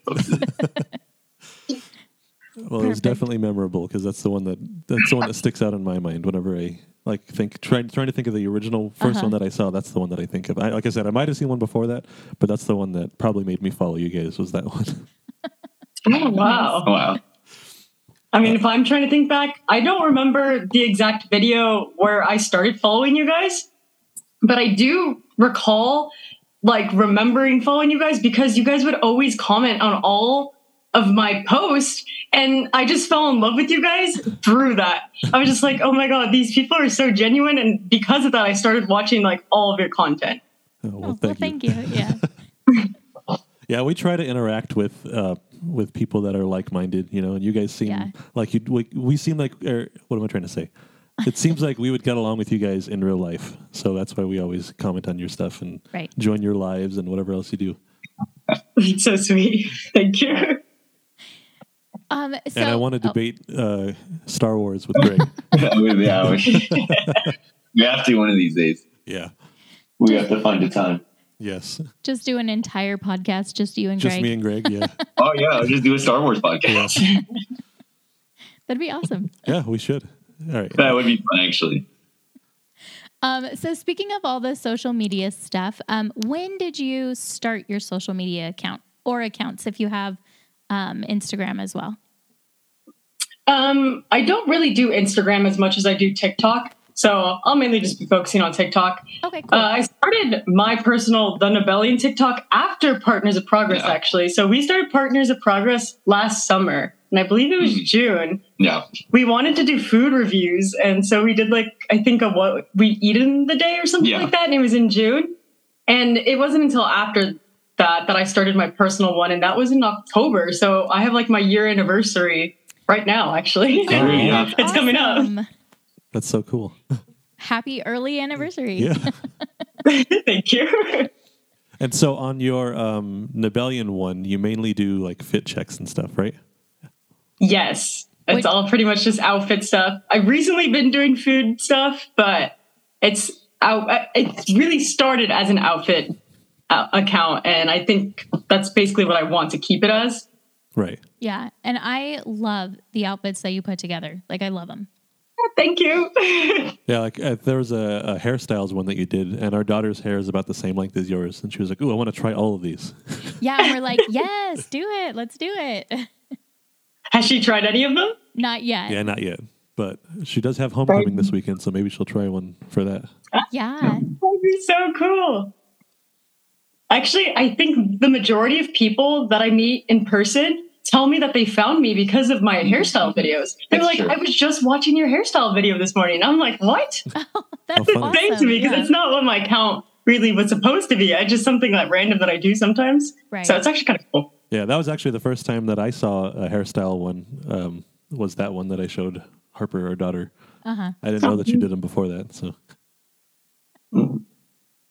C: Well, it was
B: Perfect.
C: definitely memorable because that's the one that that's the one that sticks out in my mind whenever I like think trying trying to think of the original 1st
B: Uh-huh.
C: one that I saw. That's the one that I think of. I, like I said, I might have seen one before that, but that's the one that probably made me follow you guys. Was that one?
D: Oh, wow.
E: wow.
D: I mean, if I'm trying to think back, I don't remember the exact video where I started following you guys, but I do recall like remembering following you guys because you guys would always comment on all of my posts. And I just fell in love with you guys through that. I was just like, oh my God, these people are so genuine. And because of that, I started watching like all of your content.
C: Oh,
B: Oh, well, thank you. Yeah.
C: Yeah, we try to interact with uh, with people that are like minded, you know. And you guys seem
B: Yeah.
C: like you we, we seem like or what am I trying to say? It seems like we would get along with you guys in real life, so that's why we always comment on your stuff and
B: Right.
C: join your lives and whatever else you do.
D: It's so sweet. Thank you.
B: Um so
C: and I want to
B: oh,
C: debate uh, Star Wars with Greg.
E: yeah, we, we have to one of these days.
C: yeah.
E: We have to find a time.
C: Yes.
B: just do an entire podcast, just you and
C: Just
B: Greg.
C: me and Greg. Yeah.
E: Oh yeah, I'll just do a Star Wars podcast.
B: That'd be awesome.
C: yeah. We should. All right.
E: That would be fun actually.
B: Um, so speaking of all the social media stuff, um, when did you start your social media account or accounts if you have um, Instagram as well?
D: Um, I don't really do Instagram as much as I do TikTok. So I'll mainly just be focusing on TikTok.
B: Okay, cool.
D: Uh, I started my personal The Nobelian TikTok after Partners of Progress,
E: Yeah.
D: actually. So we started Partners of Progress last summer, and I believe it was
E: Mhm.
D: June.
E: Yeah.
D: We wanted to do food reviews, and so we did like I think of what we eat in the day or something
E: Yeah.
D: like that, and it was in June. And it wasn't until after that that I started my personal one, and that was in October. So I have like my year anniversary right now, actually.
E: Oh, yeah.
B: That's
D: It's coming up.
B: awesome.
C: That's so cool.
B: Happy early anniversary.
C: Yeah.
D: Thank you.
C: And so on your um, Nebellion one, you mainly do like fit checks and stuff, right?
D: Yes. It's
B: Which-
D: all pretty much just outfit stuff. I've recently been doing food stuff, but it's out. uh, It really started as an outfit uh, account, and I think that's basically what I want to keep it as.
C: Right.
B: Yeah, and I love the outfits that you put together. Like I love them.
D: Thank you.
C: Yeah, like uh, there was a, a hairstyles one that you did, and our daughter's hair is about the same length as yours, and she was like, "Ooh, I want to try all of these."
B: Yeah, and we're like, yes, do it. Let's do it.
D: Has she tried any of them?
B: Not yet.
C: yeah, not yet, but she does have homecoming this weekend, so maybe she'll try one for that.
B: Yeah.
D: That'd be Oh, so cool. Actually, I think the majority of people that I meet in person tell me that they found me because of my hairstyle videos. They're
E: That's
D: like,
E: true.
D: I was just watching your hairstyle video this morning. And I'm like, what?
B: That's
C: funny.
B: awesome.
D: Thanks to me because
B: Yeah.
D: it's not what my account really was supposed to be. I just something like random that I do sometimes.
B: Right.
D: So it's actually kind of cool.
C: Yeah, that was actually the first time that I saw a hairstyle one. Um, was that one that I showed Harper, our daughter?
B: Uh-huh.
C: I didn't know that
E: Oh.
C: you did them before that. So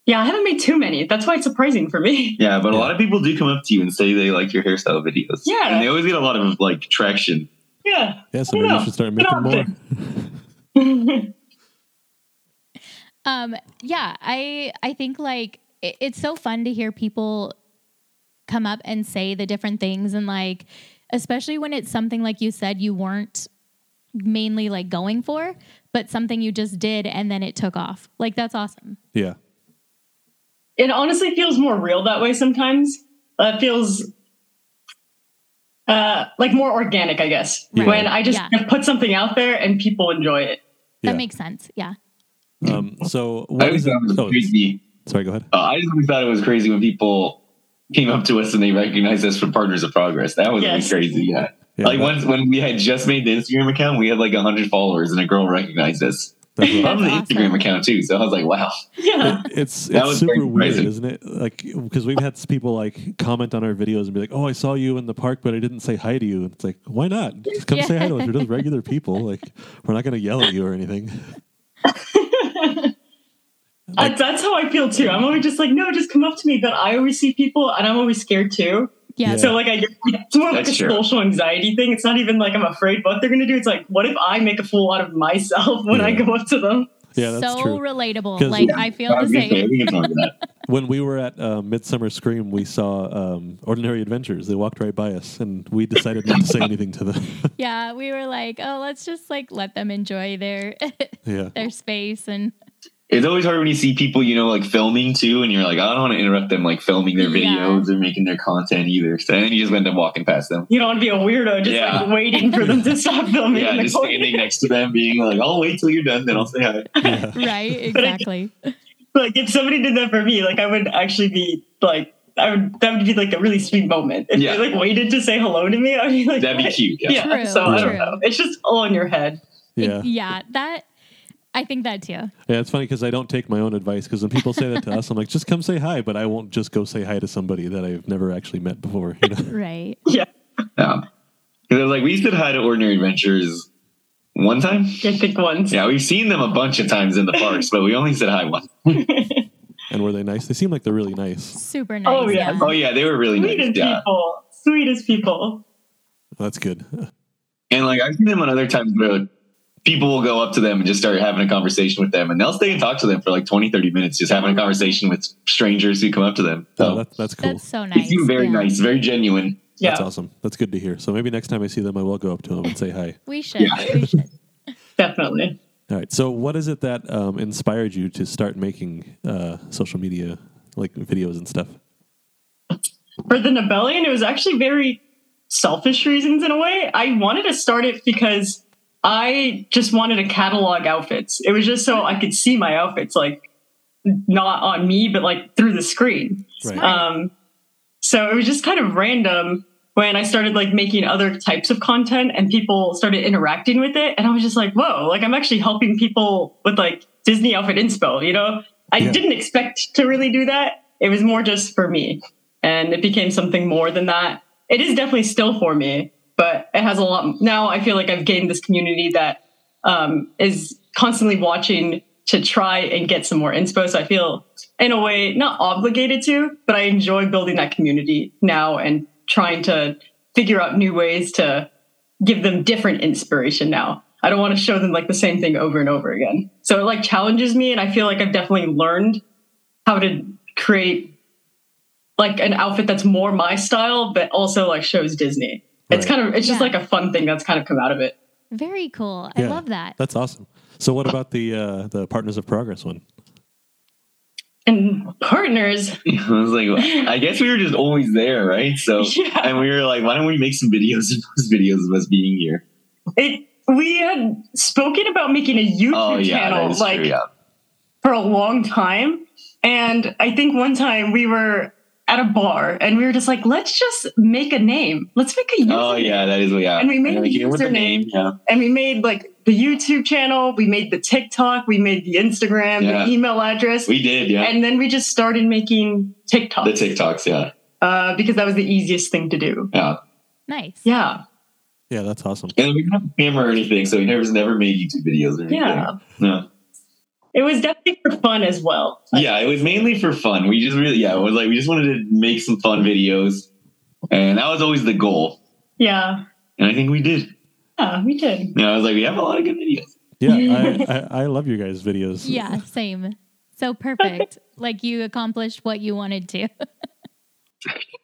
D: Yeah, I haven't made too many. That's why it's surprising for me.
E: Yeah, but
C: Yeah.
E: a lot of people do come up to you and say they like your hairstyle videos.
D: Yeah.
E: and they always get a lot of like traction.
D: yeah.
C: yeah, so
D: I
E: Oh,
C: maybe
D: know.
C: you should start
D: Get
C: making
D: out
C: more.
D: there.
B: Um, yeah, I I think like it, it's so fun to hear people come up and say the different things and like especially when it's something like you said you weren't mainly like going for, but something you just did and then it took off. Like that's awesome.
C: Yeah,
D: it honestly feels more real that way sometimes. Uh, It feels uh, like more organic, I guess,
C: Yeah.
D: when I just
B: Yeah.
D: kind of put something out there and people enjoy it.
B: That
C: yeah.
B: makes sense. Yeah.
C: um, so
E: I
C: what
E: always um,
C: is
E: thought it was
C: it? Oh,
E: crazy.
C: sorry, go ahead.
E: Uh, I just always thought it was crazy when people came up to us and they recognized us from Partners of Progress. That was really
D: Yes.
E: crazy. Yeah.
C: Yeah,
E: like
C: that-
E: once when we had just made the Instagram account, we had like hundred followers, and a girl recognized us
C: that's what-
E: from the
B: That's awesome.
E: Instagram account too. So I was like, "Wow,
D: Yeah.
C: It's
E: That
C: it's
E: was
C: super
E: very
C: weird,
E: surprising.
C: isn't it? Like because we've had people like comment on our videos and be like, "Oh, I saw you in the park, but I didn't say hi to you." And it's like, why not? Just come
B: Yeah.
C: say hi to us. We're just regular people. Like we're not going to yell at you or anything.
D: I- that's how I feel too. I'm always just like, no, just come up to me. But I always see people and I'm always scared too.
B: Yeah.
D: So, like, I get, it's more like
E: That's
D: a
E: true.
D: social anxiety thing. It's not even like I'm afraid what they're going to do. It's like, what if I make a fool out of myself when I
C: Yeah.
D: go up to them?
C: Yeah, that's
B: so
C: true.
B: relatable.
C: 'Cause-
B: Like I feel the
E: Obviously,
B: same.
E: we can talk about that.
C: when we were at uh, Midsummer Scream, we saw um, Ordinary Adventures. They walked right by us, and we decided not to say anything to them.
B: Yeah, we were like, oh, let's just like let them enjoy their
C: yeah,
B: their space and
E: It's always hard when you see people, you know, like filming too, and you're like, I don't want to interrupt them, like filming their
B: Yeah.
E: videos or making their content either. So then you just end up walking past them.
D: You don't want to be a weirdo just
E: Yeah.
D: like waiting for them to stop filming.
E: Yeah,
D: in the
E: just
D: corner.
E: standing next to them, being like, I'll wait till you're done, then I'll say hi.
C: yeah,
B: right exactly.
D: like if somebody did that for me, like I would actually be like I would that would be like a really sweet moment. If
E: Yeah.
D: they like waited to say hello to me, I'd be like
E: That'd be
D: "What?"
E: cute. Yeah.
D: Yeah.
B: True,
D: so I
B: true.
D: don't know. It's just all in your head.
C: yeah.
B: It- yeah, that I think that too.
C: Yeah, it's funny because I don't take my own advice because when people say that to us, I'm like, just come say hi, but I won't just go say hi to somebody that I've never actually met before. You know?
B: Right.
D: Yeah.
E: Yeah. 'Cause I was like, we said hi to Ordinary Adventures one time.
D: I think once.
E: Yeah, we've seen them a bunch of times in the parks, but we only said hi once.
C: and were they nice? They seem like they're really nice.
B: Super nice.
D: Oh, yeah.
E: Oh yeah, they were really nice.
D: Sweetest
E: Yeah.
D: people. Sweetest people.
C: That's good.
E: And like I've seen them on other times where people will go up to them and just start having a conversation with them and they'll stay and talk to them for like 20, 30 minutes, just having a conversation with strangers who come up to them.
C: Oh,
E: So
C: that, that's cool.
B: That's so
E: they
B: nice.
E: seem very
B: yeah.
E: nice, very genuine.
D: Yeah.
C: That's awesome. That's good to hear. So maybe next time I see them, I will go up to them and say hi.
B: We should. We should.
D: Definitely.
C: All right. So, what is it that um, inspired you to start making uh, social media, like videos and stuff?
D: for the Nebellion, it was actually very selfish reasons in a way. I wanted to start it because I just wanted to catalog outfits. It was just so I could see my outfits, like not on me, but like through the screen.
C: Right.
D: Um, so it was just kind of random when I started like making other types of content and people started interacting with it. And I was just like, whoa, like I'm actually helping people with like Disney outfit inspo, you know? I
C: Yeah.
D: didn't expect to really do that. It was more just for me. And it became something more than that. It is definitely still for me, but it has a lot. Now I feel like I've gained this community that um, is constantly watching to try and get some more inspo. So I feel, in a way, not obligated to, but I enjoy building that community now and trying to figure out new ways to give them different inspiration now. I don't want to show them like the same thing over and over again. So it like challenges me, and I feel like I've definitely learned how to create like an outfit that's more my style, but also like shows Disney. It's
C: Right.
D: kind of it's just
B: Yeah.
D: like a fun thing that's kind of come out of it.
B: Very cool. I
C: Yeah.
B: love that.
C: That's awesome. So what about the uh, the Partners of Progress one?
D: And partners,
E: I was like, well, I guess we were just always there, right? So,
D: yeah.
E: and we were like, why don't we make some videos of those videos of us being here?
D: It we had spoken about making a YouTube
E: Oh yeah, that
D: channel
E: is
D: like
E: true, yeah.
D: for a long time. And I think one time we were at a bar and we were just like, let's just make a name. Let's make a username.
E: Oh yeah, that is yeah.
D: And we made
E: Yeah,
D: the
E: came up with
D: username.
E: Yeah,
D: And we made like the YouTube channel, we made the TikTok, we made the Instagram,
E: Yeah.
D: the email address.
E: we did. Yeah,
D: and then we just started making TikToks.
E: the TikToks. Yeah,
D: Uh, because that was the easiest thing to do.
E: yeah.
B: Nice.
D: Yeah.
C: Yeah, that's awesome.
E: And we didn't have a camera or anything, so we never never made YouTube videos or anything.
D: Yeah.
E: No.
D: It was definitely for fun as well.
E: Yeah, it was mainly for fun. We just really, yeah, it was like we just wanted to make some fun videos, and that was always the goal.
D: Yeah.
E: And I think we did.
D: Yeah, we did.
E: Yeah, I was like, we have a lot of good videos.
C: Yeah, I, I, I love your guys' videos.
B: Yeah, same. So perfect. like you accomplished what you wanted to.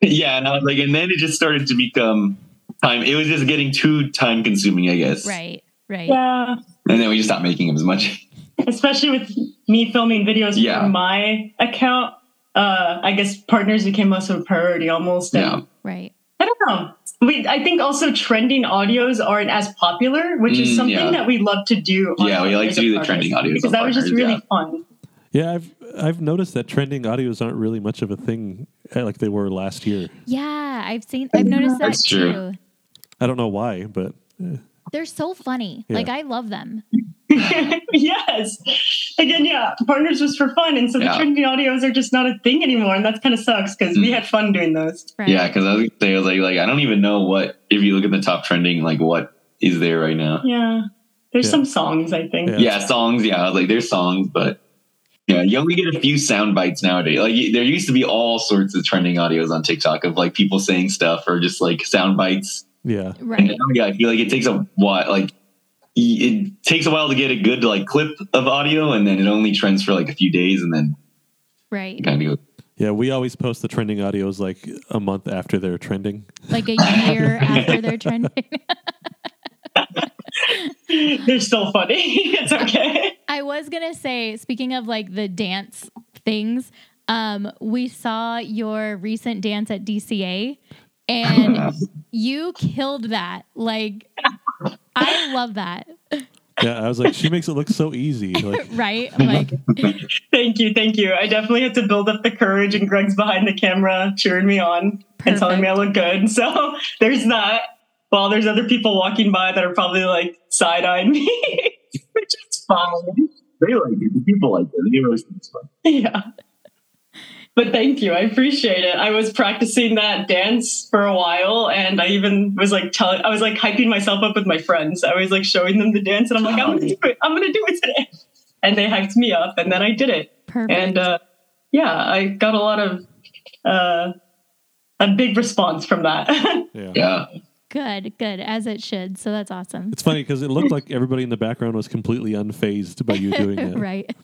E: yeah, and I was like, and then it just started to become time. It was just getting too time consuming, I guess.
B: right. Right.
D: Yeah.
E: And then we just stopped making them as much.
D: especially with me filming videos
E: Yeah.
D: for my account uh i guess partners became less of a priority almost and
E: Yeah.
B: Right.
D: i don't know we i think also trending audios aren't as popular which
E: Mm,
D: is something
E: yeah.
D: that we love to do on
E: Yeah, we like
D: Partners
E: to do
D: of
E: the
D: Partners
E: trending audios
D: because
E: on
D: that was just
E: Partners,
D: really
E: yeah.
D: fun
C: Yeah, I've I've noticed that trending audios aren't really much of a thing eh, like they were last year.
B: Yeah, I've seen I've noticed that
E: That's true.
B: too.
C: I don't know why, but eh,
B: They're so funny.
C: Yeah.
B: Like I love them.
D: yes again yeah partners was for fun and so
E: Yeah.
D: the trending audios are just not a thing anymore and that kind of sucks because we
E: Mm.
D: had fun doing those
B: Right.
E: Yeah, because I was gonna say, I was like, like I don't even know what if you look at the top trending, like what is there right now?
D: yeah there's
C: Yeah.
D: some songs i think
C: Yeah.
E: Yeah, songs. Yeah, I was like, there's songs, but yeah, you only get a few sound bites nowadays. Like y- there used to be all sorts of trending audios on TikTok of like people saying stuff or just like sound bites.
C: yeah.
E: And
B: Right.
E: now, yeah, I feel like it takes a while. Like y- it takes a while to get a good like clip of audio, and then it only trends for like a few days, and then
B: Right.
E: kind of goes.
C: Yeah, we always post the trending audios like a month after they're trending.
B: Like a year after they're trending.
D: they're still funny it's okay
B: I was gonna say, speaking of like the dance things, um, we saw your recent dance at DCA, and you killed that. Like, I love that.
C: Yeah, I was like, she makes it look so easy. Like,
B: Right? I'm like,
D: Thank you, thank you. I definitely had to build up the courage, and Greg's behind the camera cheering me on and telling me I look good. So there's that. While there's other people walking by that are probably like side eyeing me, which is fine.
E: They like it. The people like it. They always think it's fun.
D: Yeah. But thank you. I appreciate it. I was practicing that dance for a while and I even was like telling I was like hyping myself up with my friends. I was like showing them the dance and I'm like, I'm gonna do it. I'm gonna do it today. And they hyped me up and then I did it.
B: perfect.
D: and uh, yeah, I got a lot of uh, a big response from that.
C: yeah.
E: Yeah,
B: good, good, as it should. So that's awesome.
C: It's funny because it looked like everybody in the background was completely unfazed by you doing it.
B: right.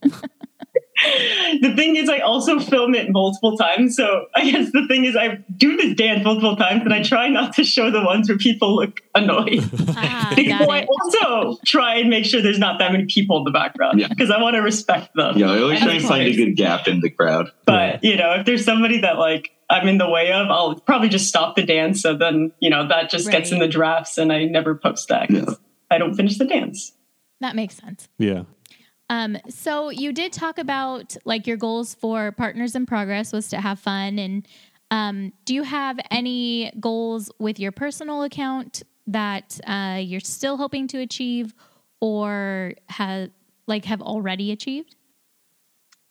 D: the thing is, I also film it multiple times, so I guess the thing is, I do this dance multiple times, and I try not to show the ones where people look annoyed.
B: Ah,
D: Because
B: got
D: I
B: it.
D: also try and make sure there's not that many people in the background
E: Yeah.
D: because I want to respect them.
E: yeah. I always try and find a
D: Nice.
E: good gap in the crowd.
D: But you know, if there's somebody that like I'm in the way of, I'll probably just stop the dance. So then you know that just gets in
B: Right.
D: the drafts, and I never post that 'cause
E: Yeah.
D: I don't finish the dance.
B: That makes sense.
C: Yeah.
B: Um, so you did talk about like your goals for Partners in Progress was to have fun, and um, do you have any goals with your personal account that uh, you're still hoping to achieve, or have like have already achieved?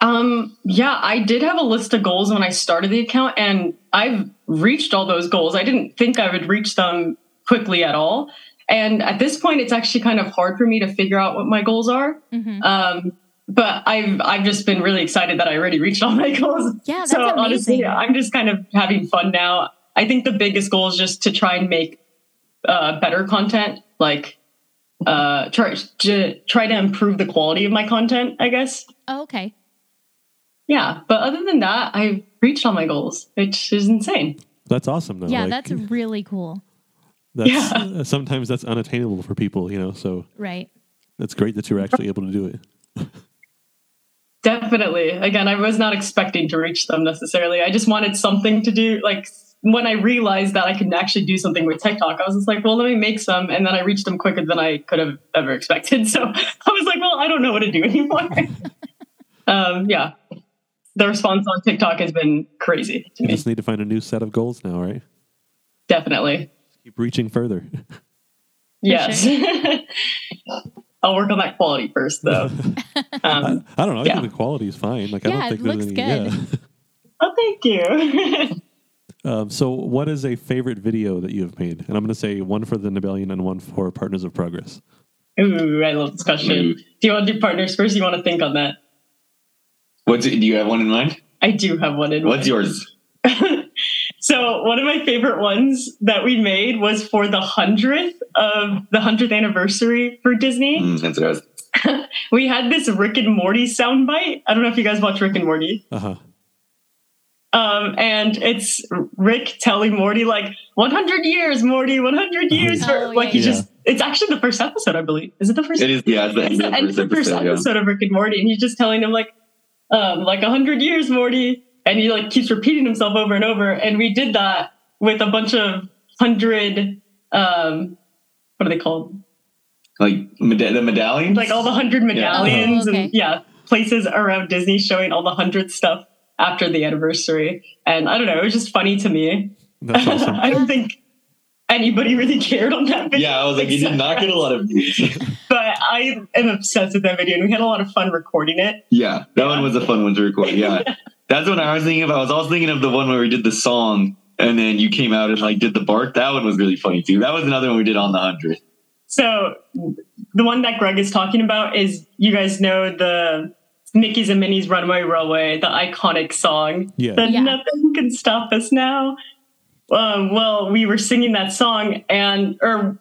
D: Um, yeah, I did have a list of goals when I started the account, and I've reached all those goals. I didn't think I would reach them quickly at all. And at this point, it's actually kind of hard for me to figure out what my goals are.
B: Mm-hmm.
D: Um, but I've I've just been really excited that I already reached all my goals.
B: Yeah, that's
D: so honestly,
B: amazing.
D: yeah, I'm just kind of having fun now. I think the biggest goal is just to try and make uh, better content, like uh, try to try to improve the quality of my content. I guess.
B: Oh, okay.
D: Yeah, but other than that, I've reached all my goals, which is insane.
C: That's awesome, though.
B: yeah,
C: Like,
B: that's really cool.
C: that's- uh,
D: Yeah.
C: Sometimes that's unattainable for people, you know. So
B: Right.
C: that's great that you were actually able to do it.
D: Definitely. Again, I was not expecting to reach them necessarily. I just wanted something to do. Like when I realized that I could actually do something with TikTok, I was just like, well, let me make some. And then I reached them quicker than I could have ever expected. So I was like, well, I don't know what to do anymore. um, yeah. The response on TikTok has been crazy to
C: You
D: me.
C: just need to find a new set of goals now, right?
D: Definitely.
C: Keep reaching further.
D: Yes. I'll work on that quality first, though.
C: I,
D: Um,
C: I don't know. I
D: Yeah.
C: think the quality is fine. Like I
B: Yeah,
C: don't think
B: it
C: there's
B: looks
C: any.
B: good.
D: oh, thank you.
C: Yeah. Um, so, what is a favorite video that you have made? And I'm going to say one for the Nebellion and one for Partners of Progress.
D: Ooh, I love this question.
E: Ooh.
D: Do you want to do partners first? or You want to think on that?
E: What's do you have one in mind?
D: I do have one in
E: What's
D: mind.
E: yours?
D: so one of my favorite ones that we made was for the hundredth of the hundredth anniversary for Disney.
E: Mm, that's what I was.
D: We had this Rick and Morty soundbite. I don't know if you guys watch Rick and Morty.
C: Uh huh.
D: Um, and it's Rick telling Morty like 100 years, Morty, 100 years.
B: Oh,
D: for, like
B: yeah,
D: he
C: yeah.
D: just, it's actually the first episode, I believe. Is it the first?
E: It is yeah. It's the
D: It's
E: end
D: the
E: of the
D: end of the first
E: yeah.
D: episode of Rick and Morty, and he's just telling him like, um, like a hundred years, Morty, and he like keeps repeating himself over and over. And we did that with a bunch of hundred, um, what are they called?
E: Like meda- the medallions.
D: Like all the hundred medallions
B: Oh, okay.
D: and yeah, places around Disney showing all the hundred stuff after the anniversary. And I don't know, it was just funny to me.
C: That's awesome.
D: I don't think anybody really cared on that video.
E: Yeah, I was like, you did not get a lot of views.
D: But I am obsessed with that video, and we had a lot of fun recording it.
E: Yeah, that one was a fun one to record. Yeah, that's what I was thinking of. I was also thinking of the one where we did the song, and then you came out and like did the bark. That one was really funny too. That was another one we did on the hundredth.
D: So the one that Greg is talking about is you guys know the Mickey's and Minnie's Runaway Railway, the iconic song
C: Yeah.
D: that
B: Yeah.
D: nothing can stop us now. Um, well, we were singing that song, and or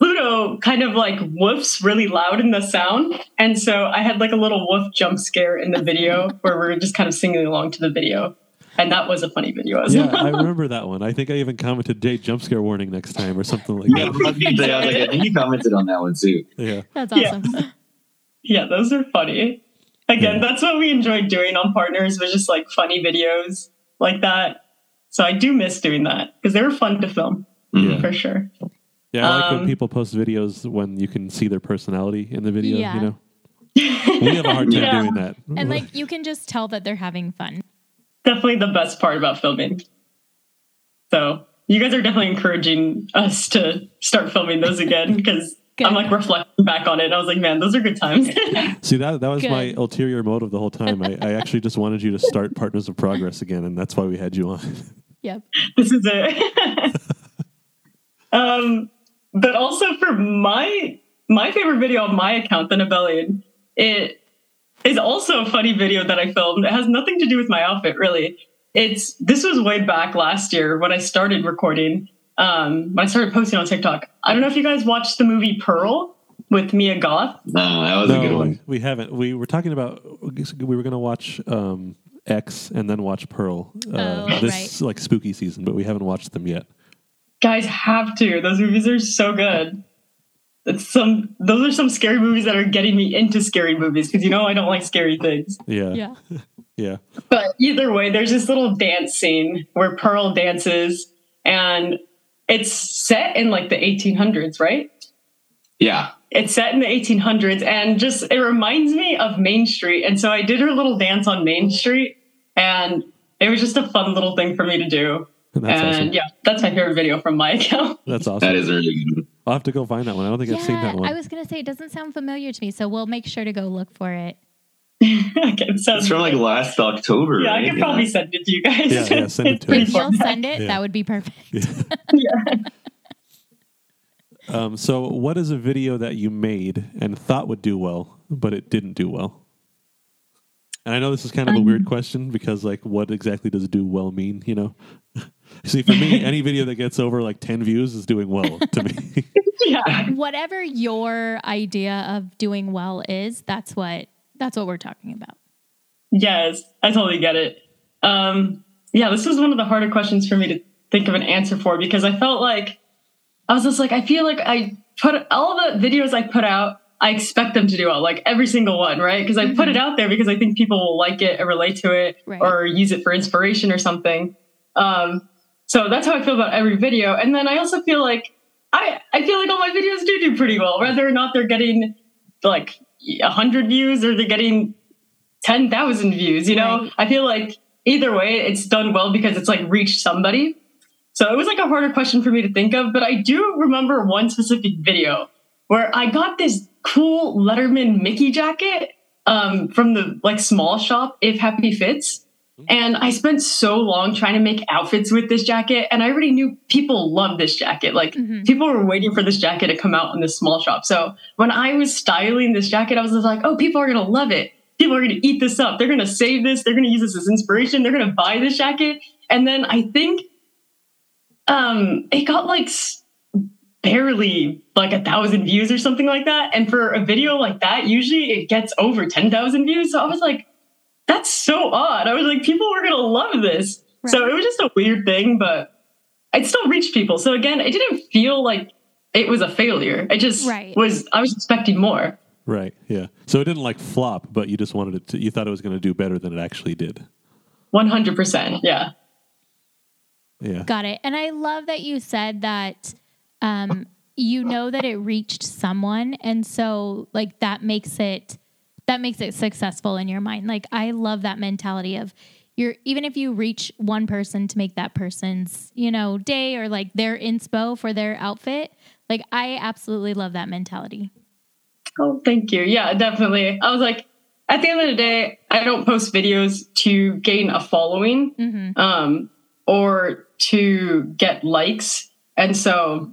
D: Pluto kind of like woofs really loud in the sound, and so I had like a little woof jump scare in the video where we were just kind of singing along to the video, and that was a funny video as
C: yeah,
D: well.
C: I remember that one. I think I even commented day jump scare warning next time or something like
E: Yeah, I
C: that.
E: was gonna say, I was like, I think you commented on that one too.
C: Yeah.
B: That's
D: Yeah.
B: awesome.
D: yeah those are funny again
C: Yeah.
D: that's what we enjoyed doing on partners was just like funny videos like that so i do miss doing that because they were fun to film
E: Mhm.
D: for sure
C: Yeah, I like when
D: Um,
C: people post videos when you can see their personality in the video,
B: Yeah.
C: you know. We have a hard time
D: Yeah.
C: doing that.
B: And like you can just tell that they're having fun.
D: definitely the best part about filming so you guys are definitely encouraging us to start filming those again because
B: Good.
D: i'm like reflecting back on it and i was like man those are good times
C: See that that was my
B: Good.
C: ulterior motive the whole time. I, I actually just wanted you to start Partners of Progress again, and that's why we had you on.
B: Yep.
D: this is it. um, but also for my my favorite video on my account, the Nebellion, it is also a funny video that I filmed. It has nothing to do with my outfit, really. It's this was way back last year when I started recording. Um, when I started posting on TikTok. I don't know if you guys watched the movie Pearl with Mia Goth.
E: No, that was a good one.
C: we haven't. We were talking about we were going to watch um, X and then watch Pearl uh,
B: Oh,
C: this like spooky season, but we haven't watched them yet.
D: Guys have to. Those movies are so good. It's some those are some scary movies that are getting me into scary movies because you know I don't like scary things.
C: Yeah, yeah,
B: Yeah.
C: yeah.
D: But either way, there's this little dance scene where Pearl dances, and it's set in like the 1800s, right?
E: Yeah,
D: It's set in the 1800s, and just it reminds me of Main Street. And so I did her little dance on Main Street, and it was just a fun little thing for me to do.
C: That's
D: and
C: awesome.
D: yeah, that's my favorite video from my account.
C: That's awesome.
E: that is a really good. One.
C: I'll have to go find that one. I don't think I've seen
B: yeah.
C: that one.
B: I was gonna say it doesn't sound familiar to me, so we'll make sure to go look for it.
D: okay, so
E: It's from like last October.
D: yeah, I
E: right?
D: could probably send it to you guys.
C: Yeah, yeah, send it to us.
D: It's pretty
B: If you'll
D: fun.
B: send it,
C: Yeah.
B: that would be perfect.
C: Yeah. Um, so, what is a video that you made and thought would do well, but it didn't do well? And I know this is kind of a
B: Um,
C: weird question because, like, what exactly does "do well" mean? You know, see, for me, any video that gets over like ten views is doing well to me.
D: yeah.
B: Whatever your idea of doing well is, that's what that's what we're talking about.
D: Yes, I totally get it. Um, yeah, this was one of the harder questions for me to think of an answer for because I felt like I was just like, I feel like I put all the videos I put out, I expect them to do well, like every single one, right? Because I
C: Mm-hmm.
D: put it out there because I think people will like it and relate to it
B: Right.
D: or use it for inspiration or something. Um, so that's how I feel about every video. And then I also feel like I, I feel like all my videos do do pretty well, whether or not they're getting like 100 views or they're getting 10,000 views, you know?
B: Right.
D: I feel like either way, it's done well because it's like reached somebody. So it was like a harder question for me to think of, but I do remember one specific video where I got this cool Letterman Mickey jacket um, from the like small shop, If Happy Fits. And I spent so long trying to make outfits with this jacket, and I already knew people loved this jacket. Like
B: Mhm.
D: people were waiting for this jacket to come out in this small shop. So when I was styling this jacket, I was just like, "Oh, people are gonna love it. People are gonna eat this up. They're gonna save this. They're gonna use this as inspiration. They're gonna buy this jacket." And then I think um it got like s- barely like a thousand views or something like that and for a video like that usually it gets over 10,000 views so i was like that's so odd i was like people were gonna love this so
B: Right.
D: it was just a weird thing but it still reached people so again it didn't feel like it was a failure it just
B: Right.
D: was i was expecting more
C: right? Yeah. So it didn't like flop, but you just wanted it. to You thought it was going to do better than it actually did.
D: 100% yeah
C: Yeah.
B: Got it. And I love that you said that um, you know that it reached someone, and so like that makes it that makes it successful in your mind. Like I love that mentality of you're even if you reach one person to make that person's you know day or like their inspo for their outfit. Like I absolutely love that mentality.
D: Oh, thank you. Yeah, definitely. I was like, at the end of the day, I don't post videos to gain a following
B: hmm
D: um, or to get likes. And so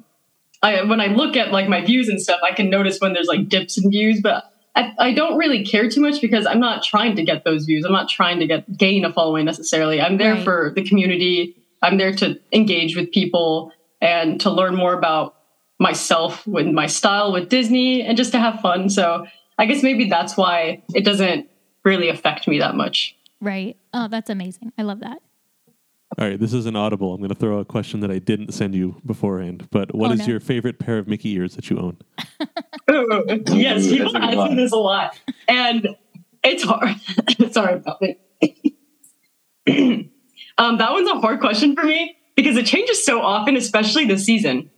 D: I, when I look at like my views and stuff, I can notice when there's like dips in views, but I, I don't really care too much because I'm not trying to get those views. I'm not trying to get gain a following necessarily. I'm there
B: Right.
D: for the community. I'm there to engage with people and to learn more about myself with my style with Disney and just to have fun. So I guess maybe that's why it doesn't really affect me that much.
B: Right. Oh, that's amazing. I love that.
C: All right, this is an audible. I'm going to throw a question that I didn't send you beforehand. But what
B: Oh,
C: is
B: no.
C: your favorite pair of Mickey ears that you own?
D: Ooh, yes,
E: Ooh,
D: people
E: that's a good
D: ask me
E: one.
D: this a lot, and it's hard. Sorry about that. um, that one's a hard question for me because it changes so often, especially this season.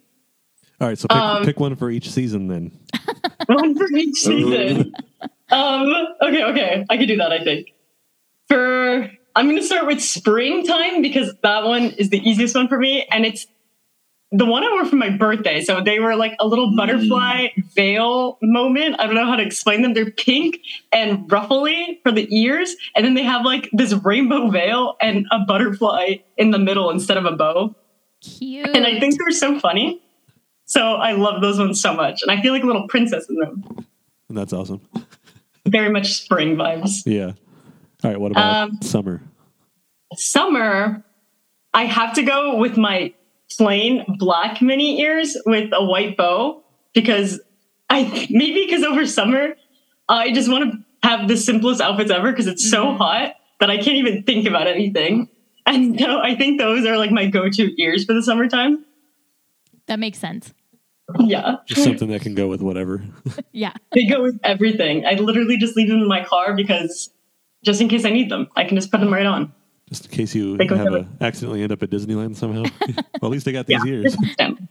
C: All right, so pick,
D: Um,
C: pick one for each season then.
D: One for each season. um, okay, okay, I can do that. I think. For I'm going to start with springtime because that one is the easiest one for me, and it's the one I wore for my birthday. So they were like a little butterfly veil moment. I don't know how to explain them. They're pink and ruffly for the ears, and then they have like this rainbow veil and a butterfly in the middle instead of a bow.
B: Cute.
D: And I think they're so funny. So I love those ones so much, and I feel like a little princess in them
C: And that's awesome.
D: very much spring vibes.
C: Yeah. All right, what about
D: Um,
C: summer?
D: Summer, I have to go with my plain black mini ears with a white bow because I maybe because over summer I just want to have the simplest outfits ever because it's so hot that I can't even think about anything. And so I think those are like my go-to ears for the summertime.
B: that makes sense.
D: Yeah.
C: Just something that can go with whatever.
B: Yeah.
D: They go with everything. I literally just leave them in my car because just in case I need them, I can just put them right on.
C: Just in case you
D: They go
C: have a,
D: together.
C: accidentally end up at Disneyland somehow. well, at least I got these ears.
D: Them.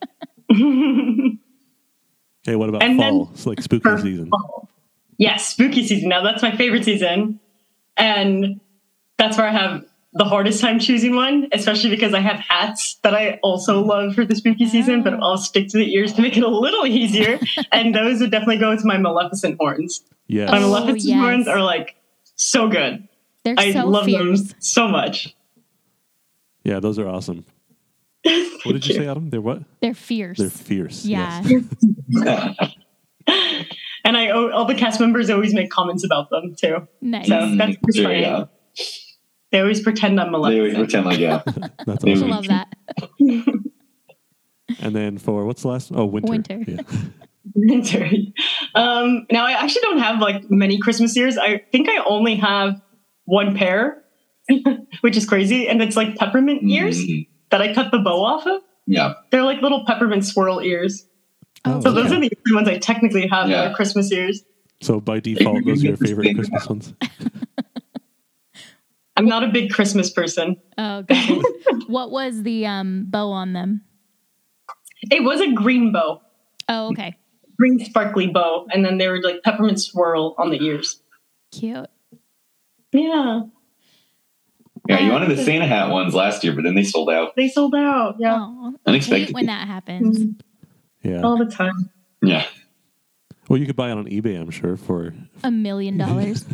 C: Okay, what about
D: And then-
C: fall? it's like spooky
D: for
C: season.
D: fall. Yes, spooky season. Now that's my favorite season. And that's where I have the hardest time choosing one, especially because I have hats that I also love for the spooky season, but I'll stick to the ears to make it a little easier. and those would definitely go with my Maleficent horns.
C: Yes.
D: My
B: Oh,
D: Maleficent
B: yes.
D: horns are like so good.
B: They're
D: I
B: so
D: love
B: fierce.
D: them so much.
C: Yeah, those are awesome. What did you say, Adam? They're what?
B: They're fierce.
C: They're fierce.
B: yeah.
C: Yes.
D: And I all the cast members always make comments about them too.
B: Nice.
D: So- that's pretty
E: Sure,
D: funny.
E: yeah.
D: They always pretend I'm
E: They always
D: Maleficent.
E: pretend like yeah.
C: That's
E: They
B: I
E: were-
C: awesome.
B: love that.
C: And then for what's the last? Oh, winter.
B: Winter.
C: Yeah.
D: Sorry. um, now I actually don't have like many Christmas ears. I think I only have one pair, which is crazy, and it's like peppermint ears
E: Mhm.
D: that I cut the bow off of.
E: Yeah.
D: They're like little peppermint swirl ears.
B: Oh,
D: So
B: yeah.
D: those are the only ones I technically have that
E: Yeah.
D: are Christmas ears.
C: So by default, those are your favorite
E: Interesting.
C: Christmas ones.
D: I'm not a big Christmas person.
B: Oh, got it. what was the um, bow on them?
D: It was a green bow,
B: Oh, okay.
D: green sparkly bow, and then they were like peppermint swirl on the ears.
B: Cute.
D: Yeah,
E: Yeah, you wanted the Santa hat ones last year, but then they sold out.
D: they sold out. Yeah,
B: Oh,
E: Unexpected.
B: hate when that happens.
D: Mhm.
C: Yeah.
D: all the time.
E: Yeah.
C: Well, you could buy it on eBay, I'm sure. For
B: A million dollars.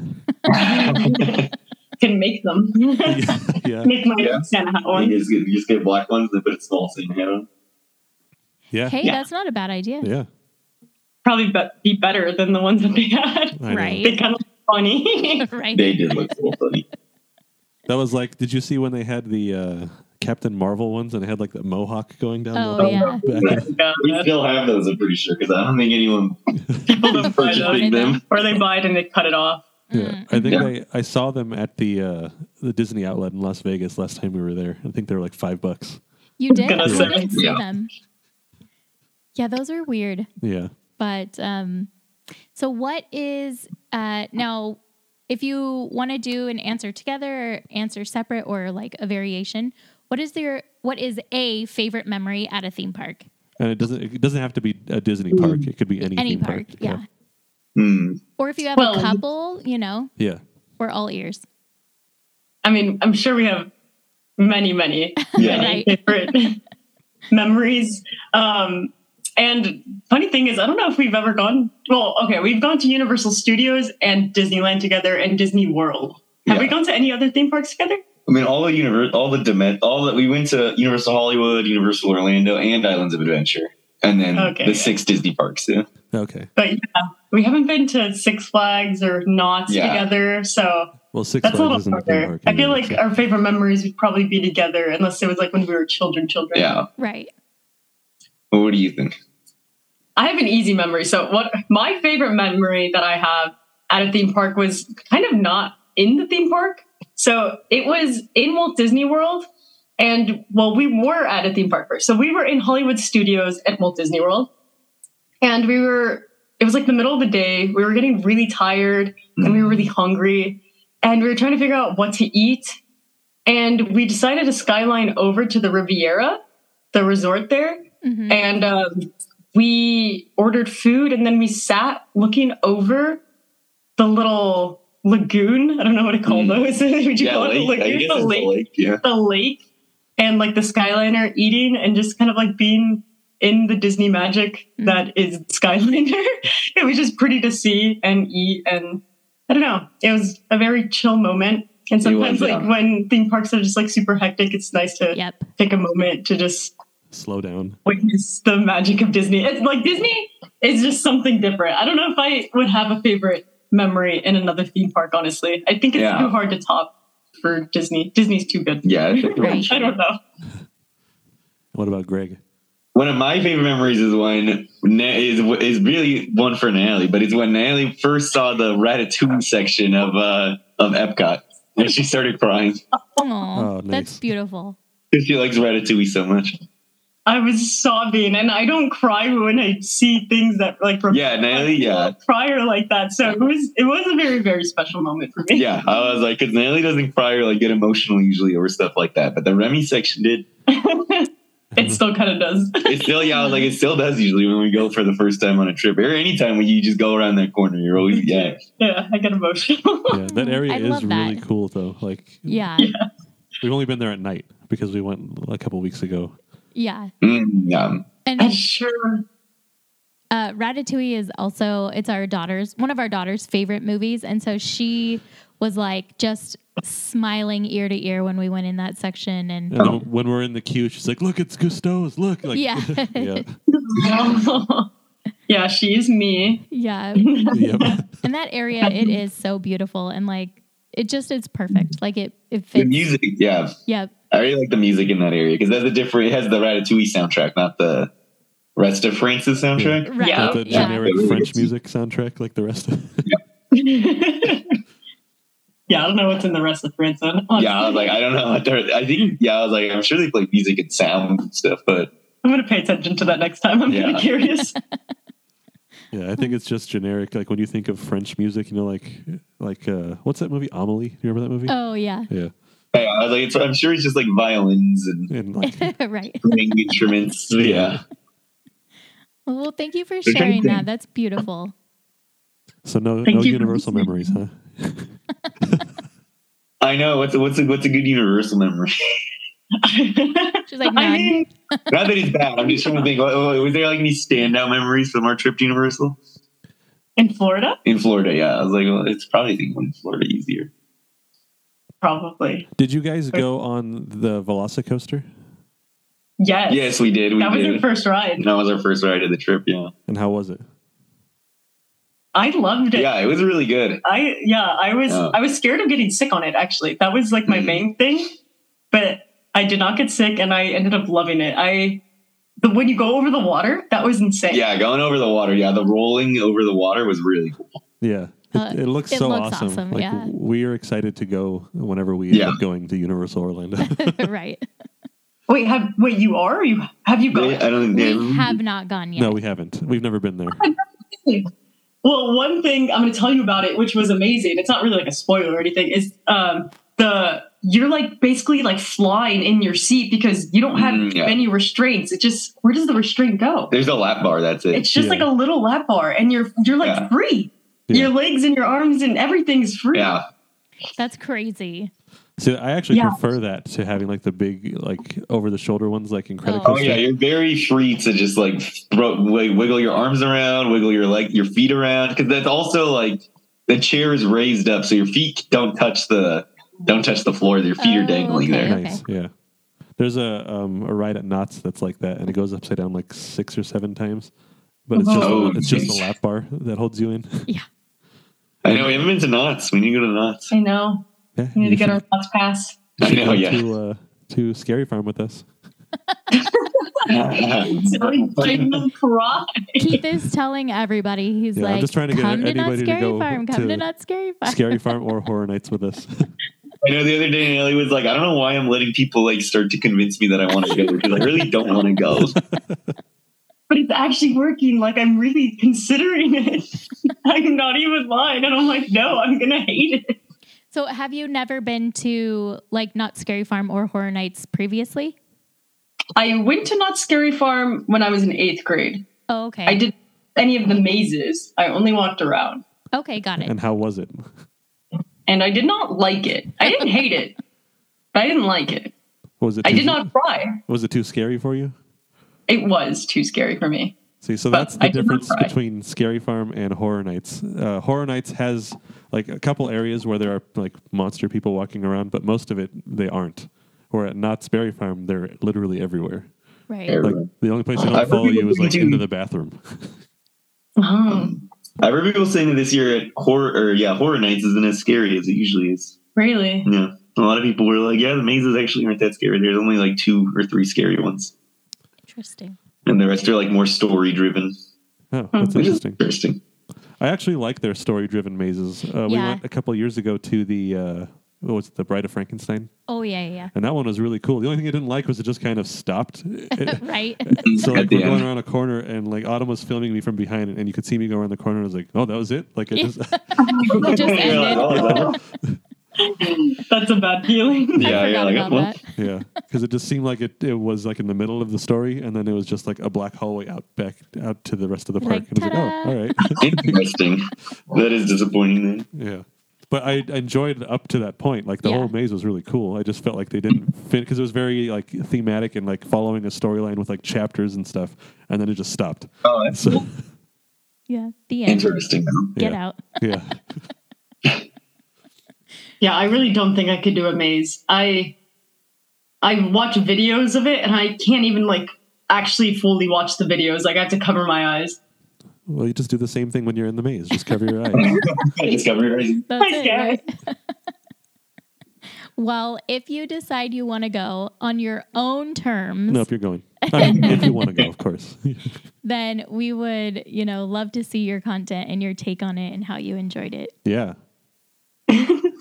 D: Can make them.
C: yeah,
D: make my
E: Yeah.
D: Santa hat
E: You
D: one.
E: just, get, you just get black ones and put a small Santa hat on.
C: yeah,
B: Hey,
D: Yeah.
B: that's not a bad idea.
C: yeah.
D: Probably be- be better than the ones that they had.
C: I know.
B: Right.
D: They kind of look funny.
B: right.
E: They did look a little funny.
C: That was like, did you see when they had the uh, Captain Marvel ones and they had like the mohawk going down?
B: Oh,
C: the
B: yeah.
C: Back?
D: Yeah,
E: We still have those, I'm pretty sure, because I don't think anyone
D: people don't buy them.
E: purchasing them.
D: Or they buy it and they cut it off.
C: Yeah.
B: Mm-hmm.
C: I think
E: Yeah.
C: they, I saw them at the uh, the Disney outlet in Las Vegas last time we were there. I think they were like five bucks.
B: You did?
D: Gonna
B: I
D: say.
B: didn't see
E: Yeah.
B: them. Yeah, those are weird.
C: Yeah.
B: But um, so what is uh, now? If you want to do an answer together, or answer separate, or like a variation, what is their what is a favorite memory at a theme park?
C: And it doesn't it doesn't have to be a Disney
D: Mm-hmm.
C: park. It could be any,
B: Any
C: theme
B: park, yeah.
E: Hmm.
B: Or if you have a
D: Well-
B: couple, you know,
C: Yeah. Yeah.
B: we're all ears.
D: I mean, I'm sure we have many, many
E: Yeah.
B: Right.
D: favorite memories. Um, and funny thing is, I don't know if we've ever gone. Well, okay, we've gone to Universal Studios and Disneyland together and Disney World. Have we
E: Yeah.
D: gone to any other theme parks together?
E: I mean, all the universe, all the dement, all that we went to Universal Hollywood, Universal Orlando, and Islands of Adventure, and then
D: Okay.
E: the six Disney parks. Yeah.
C: Okay.
D: But yeah, we haven't been to Six Flags or Knott's
E: Yeah.
D: together. So
C: Well, Six
D: that's a
C: Flags
D: little
C: isn't a theme
D: harder.
C: park.
D: I feel
C: anymore,
D: like
C: so-
D: uh, our favorite memories would probably be together, unless it was like when we were children, children.
E: yeah.
B: Right.
E: Well, what do you think?
D: I have an easy memory. So what my favorite memory that I have at a theme park was kind of not in the theme park. So it was in Walt Disney World. And well, we were at a theme park first. So we were in Hollywood Studios at Walt Disney World. And we were, it was like the middle of the day. We were getting really tired and we were really hungry. And we were trying to figure out what to eat. And we decided to skyline over to the Riviera, the resort there
B: hmm
D: and
E: Mm-hmm.
D: um, we ordered food and then we sat looking over the little lagoon i don't know what to call
E: Mm.
D: those would you
E: yeah,
D: call it
E: lake.
D: the
E: I
D: lagoon
E: guess
D: the
E: it's
D: lake,
E: a lake. Yeah.
D: the lake and like the skyliner eating and just kind of like being in the disney magic
B: Mm.
D: that is skyliner it was just pretty to see and eat and i don't know it was a very chill moment and
E: It was,
D: sometimes like
E: yeah.
D: when theme parks are just like super hectic it's nice to
B: Yep.
D: take a moment to just
C: slow down.
D: witness the magic of Disney. It's like Disney is just something different. I don't know if I would have a favorite memory in another theme park, honestly. I think it's
E: Yeah.
D: too hard to top for Disney. Disney's too good.
E: Yeah. it's a-
B: Right.
D: I don't know.
C: What about Greg?
E: One of my favorite memories is when Na- is is really one for Natalie, but it's when Natalie first saw the Ratatouille section of uh of Epcot, and she started crying
B: Oh,
C: Oh,
B: that's
C: nice.
B: beautiful.
E: because she likes Ratatouille so much.
D: I was sobbing and I don't cry when I see things that like rem-
E: Yeah, Natalie. Yeah,
D: prior like that. So it was it was a very, very special moment for me.
E: yeah. I was like, because Natalie doesn't cry or like get emotional usually over stuff like that, but the Remy section did.
D: It still kind of does.
E: It still, yeah, I was like it still does usually when we go for the first time on a trip or anytime when you just go around that corner. You're always yeah.
D: yeah, I get emotional.
C: Yeah, that area
B: I
C: is
B: love
C: really
B: that.
C: cool, though. Like,
B: Yeah.
C: we've only been there at night because we went a couple weeks ago.
B: Yeah.
E: Mm, yeah.
D: I'm
B: And
D: sure.
B: uh, Ratatouille is also it's our daughter's one of our daughter's favorite movies, and so she was like just smiling ear to ear when we went in that section and
C: And
D: Oh.
C: then when we're in the queue, she's like, "Look, it's Gusto's. Look." Like,
B: Yeah.
C: yeah.
D: yeah, she's me.
B: yeah
C: Yep.
B: in that area it is so beautiful and like it just it's perfect like it it
E: The
B: fits
E: music, yeah.
B: yeah
E: I really like the music in that area because that's a different. It has the Ratatouille soundtrack, not the rest of France's soundtrack.
B: right
D: Yeah.
C: Not
B: yeah,
C: the generic
E: Yeah.
C: French music soundtrack like the rest of
D: yeah, I don't know what's in the rest of France. I don't-
E: Yeah, I was like, I don't know. what they're- I think, yeah, I was like, I'm sure they play music and sound and stuff, but
D: I'm gonna pay attention to that next time. I'm kind
E: Yeah.
D: of curious.
C: Yeah, I think it's just generic. Like when you think of French music, you know, like like uh, what's that movie? Amelie. Do you remember that movie?
B: oh yeah
C: Yeah,
E: yeah, I was like, it's, I'm sure it's just like violins and
C: and like
B: right
E: playing instruments. Yeah.
B: well thank you for
E: They're
B: sharing
E: trying to-
B: that that's beautiful
C: so no
D: Thank
C: no
D: you.
C: universal memories, huh?
E: I know. What's a, what's a, what's a good universal memory?
B: she's like
D: I
B: none.
D: mean,
E: Not that it's bad. I'm just trying to think. what- what- Was there like any standout memories from our trip to Universal
D: in Florida,
E: in Florida? Yeah, I was like, well, it's probably the one in Florida easier.
D: probably.
C: Did you guys go
D: Oh.
C: on the Velocicoaster?
D: Yes.
E: Yes, we did. We
D: that was
E: did.
D: your first ride.
E: And that was our first ride of the trip. Yeah,
C: And how was it?
D: I loved it.
E: yeah, it was really good.
D: I yeah, I was
E: Yeah.
D: I was scared of getting sick on it actually. That was like my
E: Mhm.
D: main thing. But I did not get sick and I ended up loving it. I the when you go over the water, that was insane.
E: Yeah, going over the water. Yeah, the rolling over the water was really cool.
C: Yeah,
B: Uh,
C: it, it looks
B: it
C: so
B: looks
C: awesome.
B: awesome,
C: like
B: yeah.
C: we are excited to go whenever we
E: Yeah.
C: end up going to Universal Orlando.
B: right
D: Wait, have wait, you are or you have you gone?
E: They- I don't. they-
B: we have not gone yet
C: No, we haven't. We've never been there.
D: Well, one thing I'm going to tell you about it, which was amazing. It's not really like a spoiler or anything. Is um, the you're like basically like flying in your seat because you don't have
E: Mm, yeah.
D: any restraints. It just where does the restraint go?
E: There's a lap bar. That's it.
D: It's just
C: Yeah.
D: like a little lap bar, and you're you're like
E: Yeah.
D: free.
C: Yeah.
D: Your legs and your arms and everything's free.
E: yeah,
B: that's crazy
C: So I actually
D: Yeah.
C: prefer that to having like the big like over the shoulder ones like Incredicoaster.
E: Oh yeah, you're very free to just like throw, like wiggle your arms around, wiggle your leg, your feet around, because that's also like the chair is raised up, so your feet don't touch the don't touch the floor. Your feet
B: Oh,
E: are dangling
B: okay.
E: there.
C: Nice. Yeah. There's a um, a ride at Knott's that's like that, and it goes upside down like six or seven times. But it's just
E: Oh,
C: a, it's just
E: geez.
C: a lap bar that holds you in.
E: I know we haven't been to knots. We need to go to knots.
D: I know.
C: Yeah,
D: We need
C: you
D: to get
C: should-
D: our thoughts pass.
C: you should
E: I know,
C: go
E: yeah.
C: To, uh, to Scary Farm with us.
D: Silly jingle cry.
B: Keith is telling everybody he's
C: Yeah, I'm
B: like
C: just trying to get
B: come to not
C: anybody to
B: scary
C: go
B: farm come to,
C: to
B: not scary farm
C: Scary Farm or Horror Nights with us.
E: I know the other day Nelly was like, I don't know why I'm letting people like start to convince me that I want to go because I really don't want to go.
D: but it's actually working. Like I'm really considering it. I'm not even lying, and I'm like, no, I'm gonna hate it.
B: so have you never been to like not scary farm or horror nights previously
D: I went to Not Scary Farm when I was in eighth grade.
B: oh, okay
D: I did any of the mazes. I only walked around,
B: okay got it
C: and how was it?
D: and I did not like it. I didn't hate it, but I didn't like it.
C: Was it?
D: I
C: too-
D: did not cry.
C: Was it too scary for you?
D: It was too scary for me.
C: See, so
D: But
C: that's the
D: I did not
C: difference
D: cry.
C: between Scary Farm and Horror Nights. Uh, Horror Nights has like a couple areas where there are like monster people walking around, but most of it they aren't. Or at Knott's Berry Farm, they're literally everywhere.
B: right
E: There.
C: Like the only place they
E: I've
C: don't
E: heard
C: follow
E: people
C: you is like
E: do-
C: into the bathroom.
B: Hmm.
D: Oh,
E: I remember people saying that this year at horror, or yeah, horror nights isn't as scary as it usually is.
D: really?
E: Yeah. A lot of people were like, yeah, the mazes actually aren't that scary. There's only like two or three scary ones.
B: interesting
E: And the rest are like more story driven.
D: Hmm.
C: Oh, that's
E: Which is
C: interesting.
E: interesting.
C: I actually like their story-driven mazes. Uh, We
B: Yeah.
C: went a couple years ago to the uh, what was it, the Bride of Frankenstein,
B: oh yeah yeah
C: and that one was really cool. The only thing I didn't like was it just kind of stopped. It-
B: yeah. right
C: so like
E: At the
C: we're going
E: end.
C: around a corner and like Autumn was filming me from behind and you could see me go around the corner and I was like, oh, that was it. Like I
B: Yeah.
C: just
B: It just
E: You're like,
B: ended.
E: "Oh, is that it?"
D: That's a bad feeling.
E: Yeah,
B: I
E: yeah,
B: forgot
E: like,
B: about
E: well,
B: that.
C: yeah, because it just seemed like it, it was like in the middle of the story and then it was just like a black hallway out back out to the rest of the park.
B: Like,
C: and I was like,
B: ta-da.
C: oh, all right,
E: Interesting. that is disappointing then.
C: yeah. But I enjoyed it up to that point. Like the
B: Yeah.
C: whole maze was really cool. I just felt like they didn't fit because it was very like thematic and like following a storyline with like chapters and stuff, and then it just stopped.
E: Oh, that's
C: So
B: Yeah, the end.
E: interesting. though.
B: Get
C: yeah,
B: out.
C: yeah.
D: Yeah, I really don't think I could do a maze. I I watch videos of it and I can't even like actually fully watch the videos. Like I have to cover my eyes.
C: Well, you just do the same thing when you're in the maze. Just cover your eyes.
E: Just cover your eyes.
B: That's
D: Nice
B: it,
D: guy.
B: right? well, if you decide you want to go on your own terms,
C: nope, you're going. I mean, if you want to go, of course.
B: then we would, you know, love to see your content and your take on it and how you enjoyed it.
C: yeah.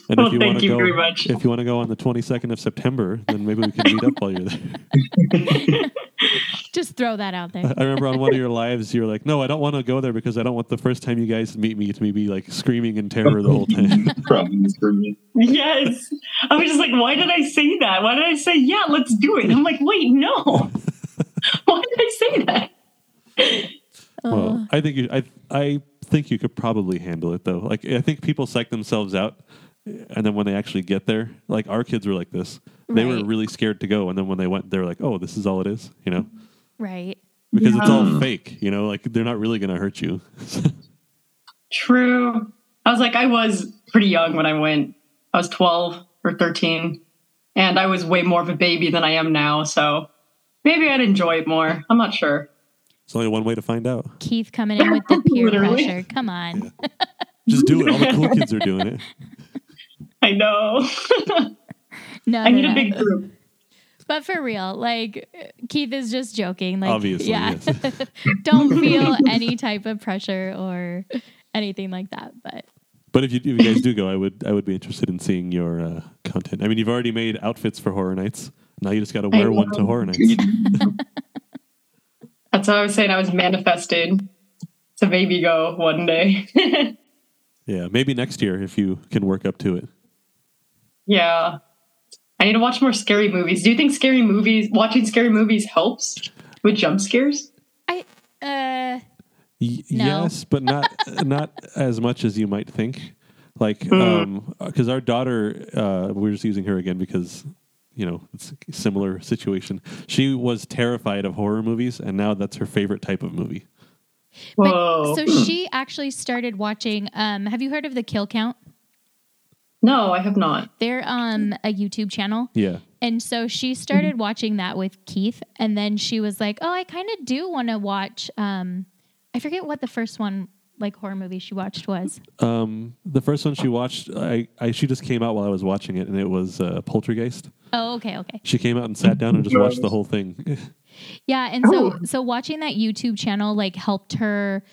C: And
D: Well,
C: wanna
D: thank you
C: go,
D: very much.
C: if you want to go on the 22nd of September, then maybe we can meet up while you're there.
B: Just throw that out there.
C: I remember on one of your lives, you were like, "No, I don't want to go there because I don't want the first time you guys meet me to me be like screaming in terror the whole time."
E: Problems for me.
D: Yes. I was just like, why did I say that? Why did I say, yeah, let's do it? And I'm like, wait, no. why did I say that?
B: Ugh.
C: well, I think you, I I think you could probably handle it though. Like, I think people psych themselves out, and then when they actually get there, like our kids were like this. They were
B: Right.
C: really scared to go, and then when they went, they were like, "Oh, this is all it is," you know,
B: right.
C: because it's all
E: Yeah.
C: fake. You know, like they're not really going to hurt you.
D: True. I was like, I was pretty young when I went. I was 12 or 13. And I was way more of a baby than I am now. So maybe I'd enjoy it more. I'm not sure.
C: It's only one way to find out.
B: Keith coming in with the peer
D: Literally.
B: pressure. Come on.
C: Just do it. All the cool kids are doing it.
D: I know.
B: No, no,
D: I need
B: no.
D: a big group.
B: But for real, like Keith is just joking. Like,
C: Obviously,
B: yeah.
C: yes.
B: Don't feel any type of pressure or anything like that. But
C: But if you, if you guys do go, I would I would be interested in seeing your uh, content. I mean, you've already made outfits for horror nights. Now you just got to wear one to
D: know.
C: horror nights.
D: That's what I was saying. I was manifested to baby go one day.
C: Yeah, maybe next year if you can work up to it.
D: yeah. I need to watch more scary movies. Do you think scary movies, watching scary movies helps with jump scares?
B: I, uh,
C: Y-
B: No.
C: Yes, but not not as much as you might think. Like, because our daughter, uh, we're just using her again because you know it's a similar situation. She was terrified of horror movies, and now that's her favorite type of movie.
B: but-
D: Whoa.
B: so she actually started watching. Um, have you heard of the Kill Count?
D: no, I have not.
B: They're um a YouTube channel,
C: Yeah,
B: and so she
C: Mm-hmm.
B: started watching that with Keith, and then she was like, "Oh, I kind of do want to watch." Um, I forget what the first one like horror movie she watched was.
C: um, the first one she watched, I, I she just came out while I was watching it, and it was uh, Poltergeist.
B: Oh, okay, okay.
C: She came out and sat down and just watched the whole thing.
B: Yeah, and so
C: Oh.
B: so watching that YouTube channel like helped her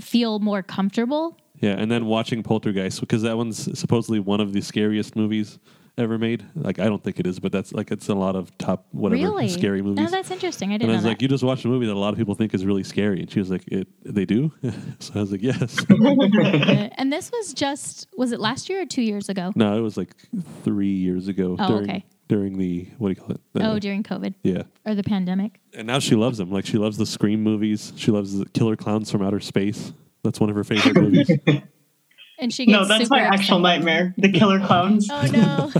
B: feel more comfortable.
C: yeah, and then watching Poltergeist because that one's supposedly one of the scariest movies ever made. Like I don't think it is, but that's like it's a lot of top whatever
B: really
C: scary
B: No,
C: movies.
B: that's interesting. I
C: and
B: didn't
C: I
B: know
C: was
B: that.
C: like, you just watched a movie that a lot of people think is really scary, and she was like, it they do. so I was like, yes.
B: Uh, and this was just was it last year or two years ago?
C: no, it was like three years ago
B: Oh,
C: during
B: okay.
C: during the what do you call it? The-
B: Oh, during COVID
C: yeah.
B: or the pandemic.
C: and now she loves them. Like she loves the Scream movies. She loves the Killer Clowns from Outer Space. That's one of her favorite movies.
B: And she gets
D: No, that's
B: super
D: my actual
B: upset.
D: nightmare. The killer clowns.
B: Oh no.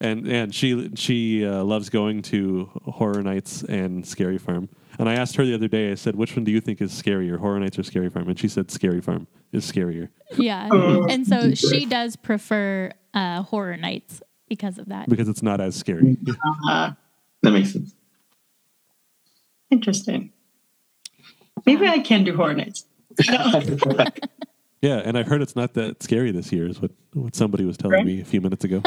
C: And and she she uh, loves going to horror nights and Scary Farm. And I asked her the other day. I said, "Which one do you think is scarier, Horror Nights or Scary Farm?" And she said, "Scary Farm is scarier
B: yeah.
D: Oh,
B: And so she does prefer uh, horror nights because of that.
C: because it's not as scary."
D: Uh,
E: That makes sense.
D: Interesting. Maybe I can do horror nights.
C: yeah, and I've heard it's not that scary this year. Is what what somebody was telling
D: Right.
C: me a few minutes ago.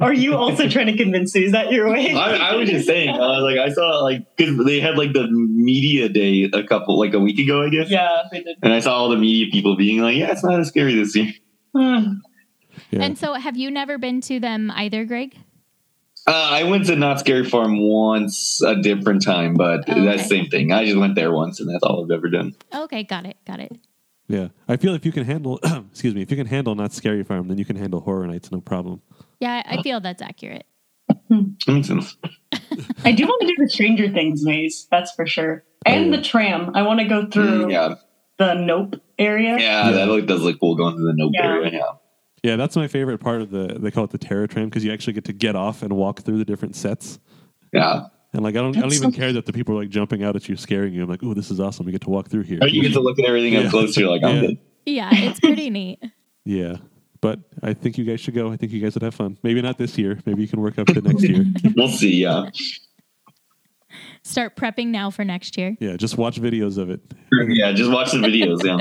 D: Are you also trying to convince me? Is that your way?
E: I, I was just saying, uh, like I saw, like 'cause they had like the media day a couple, like a week ago, I guess.
D: yeah, they did.
E: And I saw all the media people being like, "Yeah, it's not as scary this year."
D: Uh,
C: Yeah.
B: And so have you never been to them either, Greg?
E: Uh, I went to Not Scary Farm once, a different time, but
B: Oh,
E: that's
B: okay.
E: same thing. I just went there once, and that's all I've ever done.
B: Okay, got it, got it.
C: yeah, I feel if you can handle, excuse me, if you can handle not Scary Farm, then you can handle Horror Nights no problem.
B: Yeah, I I feel that's accurate.
E: That makes sense.
D: I do want to do the Stranger Things maze. That's for sure. And the tram. I want to go through
E: Oh, Mm, yeah,
D: the Nope area.
E: yeah, that look, does look cool going to the Nope
D: Yeah.
E: area. Yeah.
C: Yeah, that's my favorite part of the. They call it the Terror Tram because you actually get to get off and walk through the different sets.
E: yeah.
C: And like I don't, I don't
D: That's
C: even
D: so-
C: care that the people are like jumping out at you, scaring you. I'm like, oh, this is awesome. We get to walk through here.
E: Or you get to look at everything
C: Yeah.
E: up close. You're like, I'm
C: Yeah.
E: good.
B: Yeah, it's pretty neat.
C: yeah, But I think you guys should go. I think you guys would have fun. Maybe not this year. Maybe you can work up to next year.
E: We'll see. Yeah.
B: Start prepping now for next year.
C: Yeah, just watch videos of it.
E: Yeah, just watch the videos. Yeah,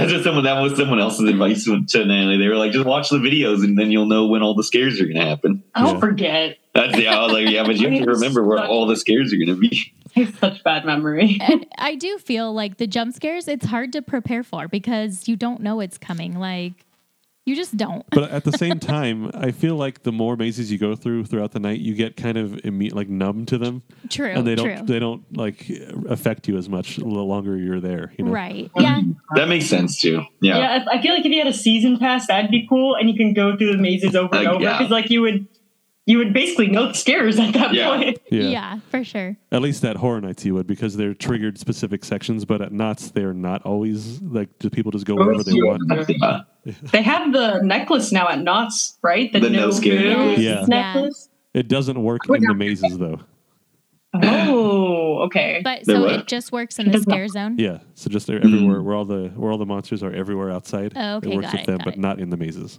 E: that's what someone that was someone else's advice to to Natalie. They were like, just watch the videos, and then you'll know when all the scares are going to happen.
D: I'll
C: Yeah.
D: forget.
E: That's yeah. I was like, yeah, but you have to remember where all the scares are going to be.
D: I have such bad memory.
B: And I do feel like the jump scares, it's hard to prepare for because you don't know it's coming. Like, you just don't.
C: But at the same time, I feel like the more mazes you go through throughout the night, you get kind of imme- like numb to them,
B: True.
C: and they don't
B: true.
C: they don't like affect you as much the longer you're there. You know?
B: Right. Yeah.
E: That makes sense too. Yeah.
D: Yeah, if- I feel like if you had a season pass, that'd be cool, and you can go through the mazes over and
E: Like,
D: over
E: Uh, yeah.
D: because, like, you would you would basically know the scares at that
E: Yeah.
D: point.
B: yeah. for sure.
C: At least at horror nights you would because they're triggered specific sections, but at knots they're not always like the people just go wherever they want.
E: Yeah.
D: They have the necklace now at Knots, right?
E: The no scare
D: boo
E: necklace.
C: Yeah.
D: necklace.
C: It doesn't work in the mazes though.
D: Oh, okay.
B: But
E: They're
B: so
E: what?
B: it just works in the scare zone.
C: Yeah, so just they're everywhere
E: Hmm.
C: where all the where all the monsters are everywhere outside.
B: Oh, okay,
C: it works
B: got
C: with
B: it,
C: them,
B: got
C: but
B: it.
C: not in the mazes.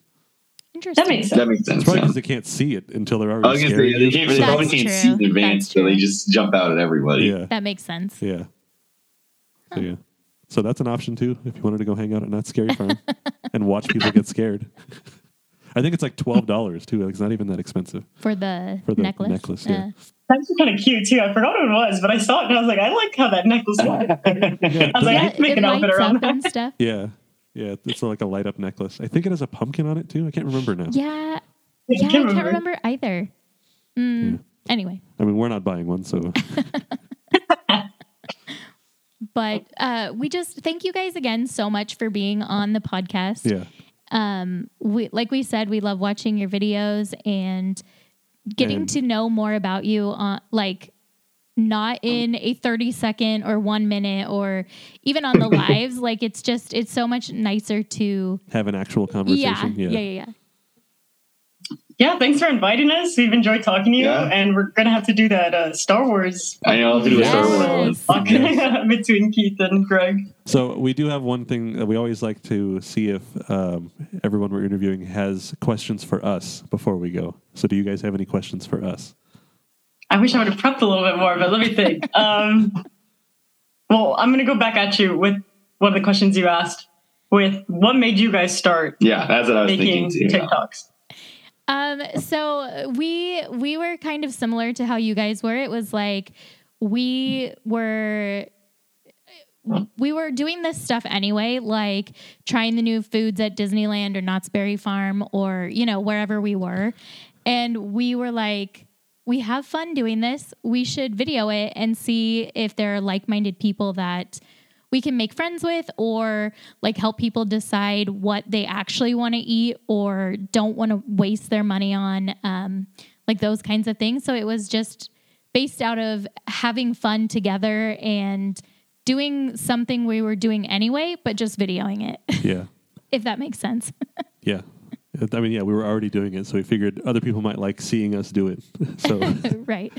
B: Interesting.
D: that makes sense.
E: That makes
C: It's
E: sense.
C: probably
E: yeah.
C: because they can't see it until they're
E: I was
C: already
E: gonna
C: scaring
E: say they, can't,
C: you.
E: they
C: So-
B: That's
E: probably can't see in
B: true.
E: advance,
B: That's
E: so they
B: true.
E: just jump out at everybody.
C: yeah,
B: That makes sense.
C: yeah. So yeah, so that's an option too if you wanted to go hang out at Not Scary Farm and watch people get scared. I think it's like twelve dollars too. Like, it's not even that expensive.
B: For the,
C: For the
B: necklace. Uh,
C: necklace, yeah.
D: That's kind of cute too. I forgot what it was, but I saw it and I was like, I like how that necklace looked. I was
B: Uh,
D: like, I
B: yeah,
D: can make
B: it
D: an outfit
B: lights
D: around
B: up
D: that.
B: and stuff.
C: Yeah, yeah. It's like a light up necklace. I think it has a pumpkin on it too. I can't remember now.
B: Yeah.
D: I
B: Yeah, I
D: can't
B: can't
D: remember.
B: remember either. Mm, Anyway,
C: I mean, we're not buying one, so
B: but uh, we just thank you guys again so much for being on the podcast.
C: yeah.
B: um, we like we said, we love watching your videos and getting
C: And-
B: to know more about you. On like not
C: Oh.
B: in a 30 second or one minute or even on the lives like it's just it's so much nicer to
C: Have an actual
B: yeah,
C: conversation.
B: yeah yeah yeah
D: Yeah, thanks for inviting us. We've enjoyed talking to you,
E: Yeah.
D: and we're gonna have to do that uh, Star Wars
E: I know I'll do a Star Wars one.
B: Yes.
D: talk between Keith and Greg.
C: So we do have one thing that we always like to see if um, everyone we're interviewing has questions for us before we go. So do you guys have any questions for us?
D: I wish I would have prepped a little bit more, but let me think. Um, well, I'm gonna go back at you with one of the questions you asked. With what made you guys start
E: Yeah, that's what I was
D: making
E: thinking too.
D: TikToks?
B: Um, so we we were kind of similar to how you guys were. It was like we were we were doing this stuff anyway, like trying the new foods at Disneyland or Knott's Berry Farm or you know wherever we were, and we were like. We have fun doing this. We should video it and see if there are like minded people that we can make friends with or like help people decide what they actually want to eat or don't want to waste their money on um, like those kinds of things so it was just based out of having fun together and doing something we were doing anyway but just videoing it
C: Yeah,
B: if that makes sense
C: yeah. I mean, yeah, we were already doing it, so we figured other people might like seeing us do it. so
B: right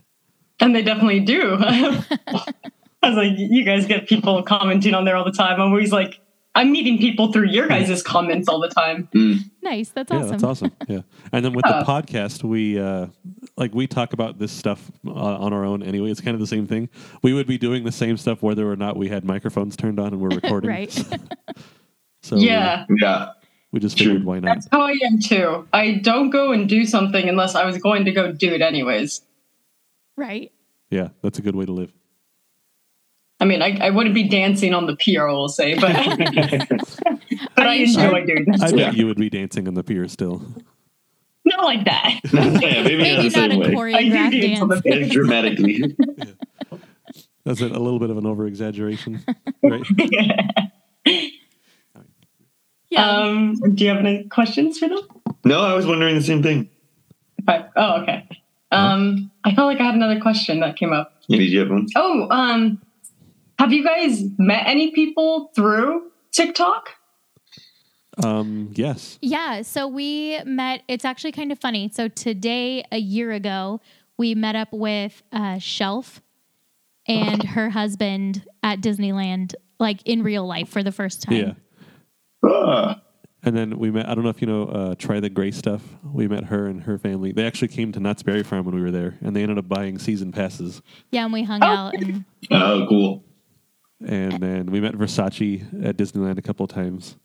D: And they definitely do. I was like, you guys get people commenting on there all the time. I'm always like, I'm meeting people through your guys' comments all the time.
E: Mm,
B: nice that's
C: yeah,
B: awesome
C: that's awesome. Yeah, and then with the
D: Yeah.
C: podcast, we uh, like we talk about this stuff uh, on our own anyway. It's kind of the same thing. We would be doing the same stuff whether or not we had microphones turned on and we're recording.
B: right
C: So we-
D: yeah,
E: Yeah,
C: we, just
E: True.
C: figured why not.
D: that's how I am too. I don't go and do something unless I was going to go do it anyways.
B: right
C: Yeah, that's a good way to live.
D: I mean, I, I wouldn't be dancing on the pier, I will say, but but I
B: you
D: enjoy doing this.
C: I
E: Yeah.
C: bet you would be dancing on the pier still.
D: Not like that.
E: yeah, maybe, not
B: maybe
E: the
B: not
E: same
B: a
E: way.
D: I do
B: choreographed
D: dance on the
B: dance
D: pier.
E: Yeah, dramatically.
C: That's a, a little bit of an over exaggeration, right?
B: yeah
D: Um, do you have any questions for them?
E: no, I was wondering the same thing.
D: If I- Oh, okay. Um, I felt like I had another question that came up.
E: Yeah, did you have one?
D: Oh, um, have you guys met any people through TikTok?
C: Um, yes.
B: Yeah, so we met. It's actually kind of funny. So today, a year ago, we met up with uh, Shelf and her husband at Disneyland, like in real life for the first time.
C: Yeah.
E: Ah,
C: And then we met. I don't know if you know. Uh, Try the Gray stuff. We met her and her family. They actually came to Knott's Berry Farm when we were there, and they ended up buying season passes.
B: Yeah, and we hung out and
E: Oh, cool.
C: And then we met Versace at Disneyland a couple of times.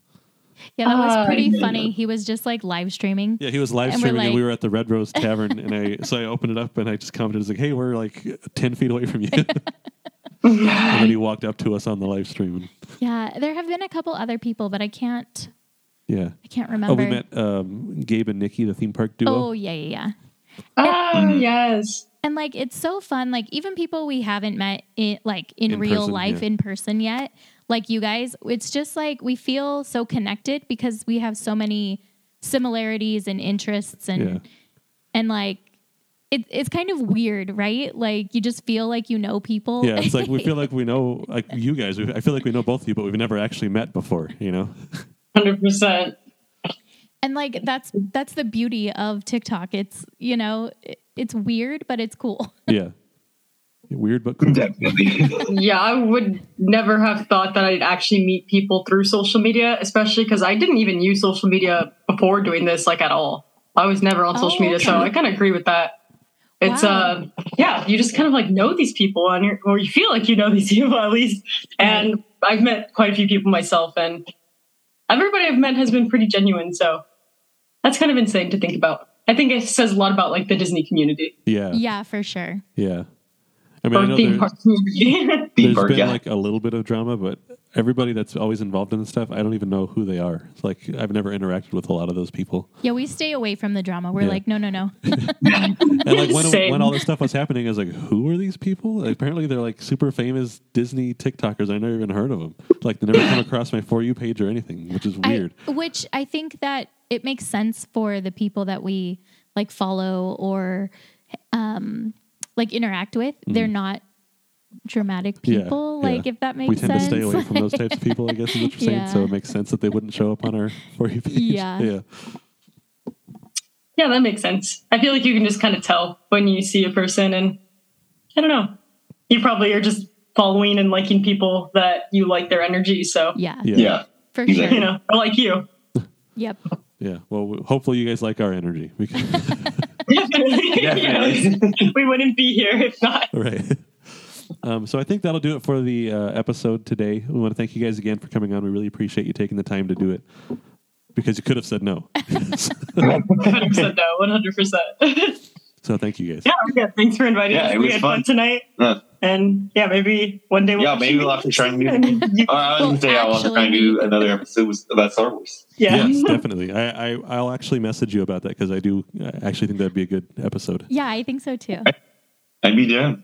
B: yeah, that was
D: Oh,
B: pretty
E: yeah.
B: funny. He was just like live streaming.
C: Yeah, he was live
B: And we're
C: streaming, and we
B: like-
C: were at the Red Rose Tavern, and I so I opened it up and I just commented, I was like, "Hey, we're like ten feet away from you." and then he walked up to us on the live stream. And,
B: Yeah, there have been a couple other people, but I can't
C: yeah.
B: I can't remember.
C: Oh, we met um, Gabe and Nikki, the theme park duo.
B: Oh, yeah, yeah, yeah.
D: Ah, yes.
B: And like it's so fun. Like even people we haven't met in like in,
C: In
B: real
C: person,
B: life
C: yeah.
B: in person yet, like you guys, it's just like we feel so connected because we have so many similarities and interests and
C: Yeah.
B: and like it, it's kind of weird, right? Like you just feel like you know people.
C: Yeah, it's like we feel like we know, like you guys. We, I feel like we know both of you, but we've never actually met before. You know?
D: 100%.
B: and like that's that's the beauty of TikTok. It's you know, it- it's weird, but it's cool.
C: Yeah. Weird, but cool.
E: Definitely.
D: Yeah, I would never have thought that I'd actually meet people through social media, especially because I didn't even use social media before doing this, like at all. I was never on
B: Oh,
D: social media, so
B: okay.
D: I kind of agree with that. It's
B: Wow.
D: uh, yeah, you just kind of like know these people, and you're, or you feel like you know these people at least. And I've met quite a few people myself, and everybody I've met has been pretty genuine. So that's kind of insane to think about. I think it says a lot about like the Disney community
C: Yeah. Yeah.
B: yeah, for sure.
C: I mean, I
D: or
C: know
D: theme
C: there,
D: park community.
E: Theme
C: there's
E: park
C: been
E: guy.
C: like a little bit of drama, but everybody that's always involved in this stuff, I don't even know who they are. It's like I've never interacted with a lot of those people.
B: Yeah, we stay away from the drama. We're
C: Yeah.
B: like, no, no, no.
C: And like when,
D: Same.
C: when all this stuff was happening, I was like, who are these people? Like, apparently, they're like super famous Disney TikTokers. I never even heard of them. Like, they never come across my For You page or anything, which is
B: I-
C: weird.
B: which I think that it makes sense for the people that we like follow or um, like interact with. They're not dramatic
C: Mm. Yeah,
B: people.
C: yeah.
B: like if that makes
C: we tend
B: sense.
C: to stay away from those types of people, I guess is what you're saying.
B: Yeah.
C: So it makes sense that they wouldn't show up on our for you page.
B: Yeah.
C: yeah,
D: Yeah, that makes sense. I feel like you can just kind of tell when you see a person, and I don't know. You probably are just following and liking people that you like their energy. So,
B: yeah,
C: yeah,
E: yeah.
B: for
E: Exactly.
D: you
B: sure.
D: know, or like you.
B: Yep.
C: yeah. Well, w- hopefully you guys like our energy. We can,
D: Yes.
E: Definitely.
D: we wouldn't be here if not.
C: right. Um, so I think that'll do it for the uh, episode today. We want to thank you guys again for coming on. We really appreciate you taking the time to do it because you could have said no.
D: 100% no, 100%.
C: so thank you guys.
D: yeah, yeah, thanks for inviting
E: Yeah,
D: us.
E: it
D: We
E: was
D: had
E: fun.
D: fun tonight.
E: Yeah.
D: And yeah, maybe one day we'll
E: Yeah, maybe we'll have to try and do it.
D: You-
E: Or I was gonna
B: Well,
E: say I was trying to do
B: actually-
E: another episode about Star Wars.
D: yeah.
C: Yes, definitely. I, I I'll actually message you about that because I do I actually think that'd be a good episode.
B: Yeah, I think so too.
E: I'd be down.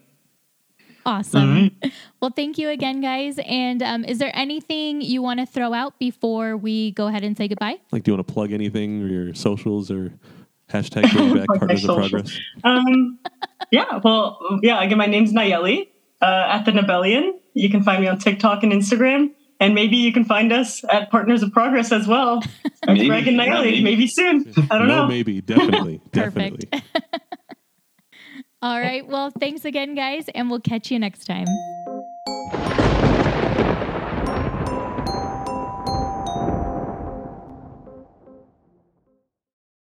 B: Awesome. Well, thank you again, guys. And um, is there anything you want to throw out before we go ahead and say goodbye?
C: Like, do you want to plug anything or your socials or hashtag bring back
D: Plug my
C: partners in
D: socials.
C: progress?
D: um, yeah, well, yeah, again, my name's Nayeli uh, at the Nebellion. You can find me on TikTok and Instagram. And maybe you can find us at Partners of Progress as well. That's
E: Maybe.
D: Greg and
E: Yeah,
D: Nayeli.
E: maybe.
D: maybe. soon. I don't
C: no,
D: know.
C: maybe, definitely,
B: Perfect.
C: definitely.
B: All right. Well, thanks again, guys, and we'll catch you next time.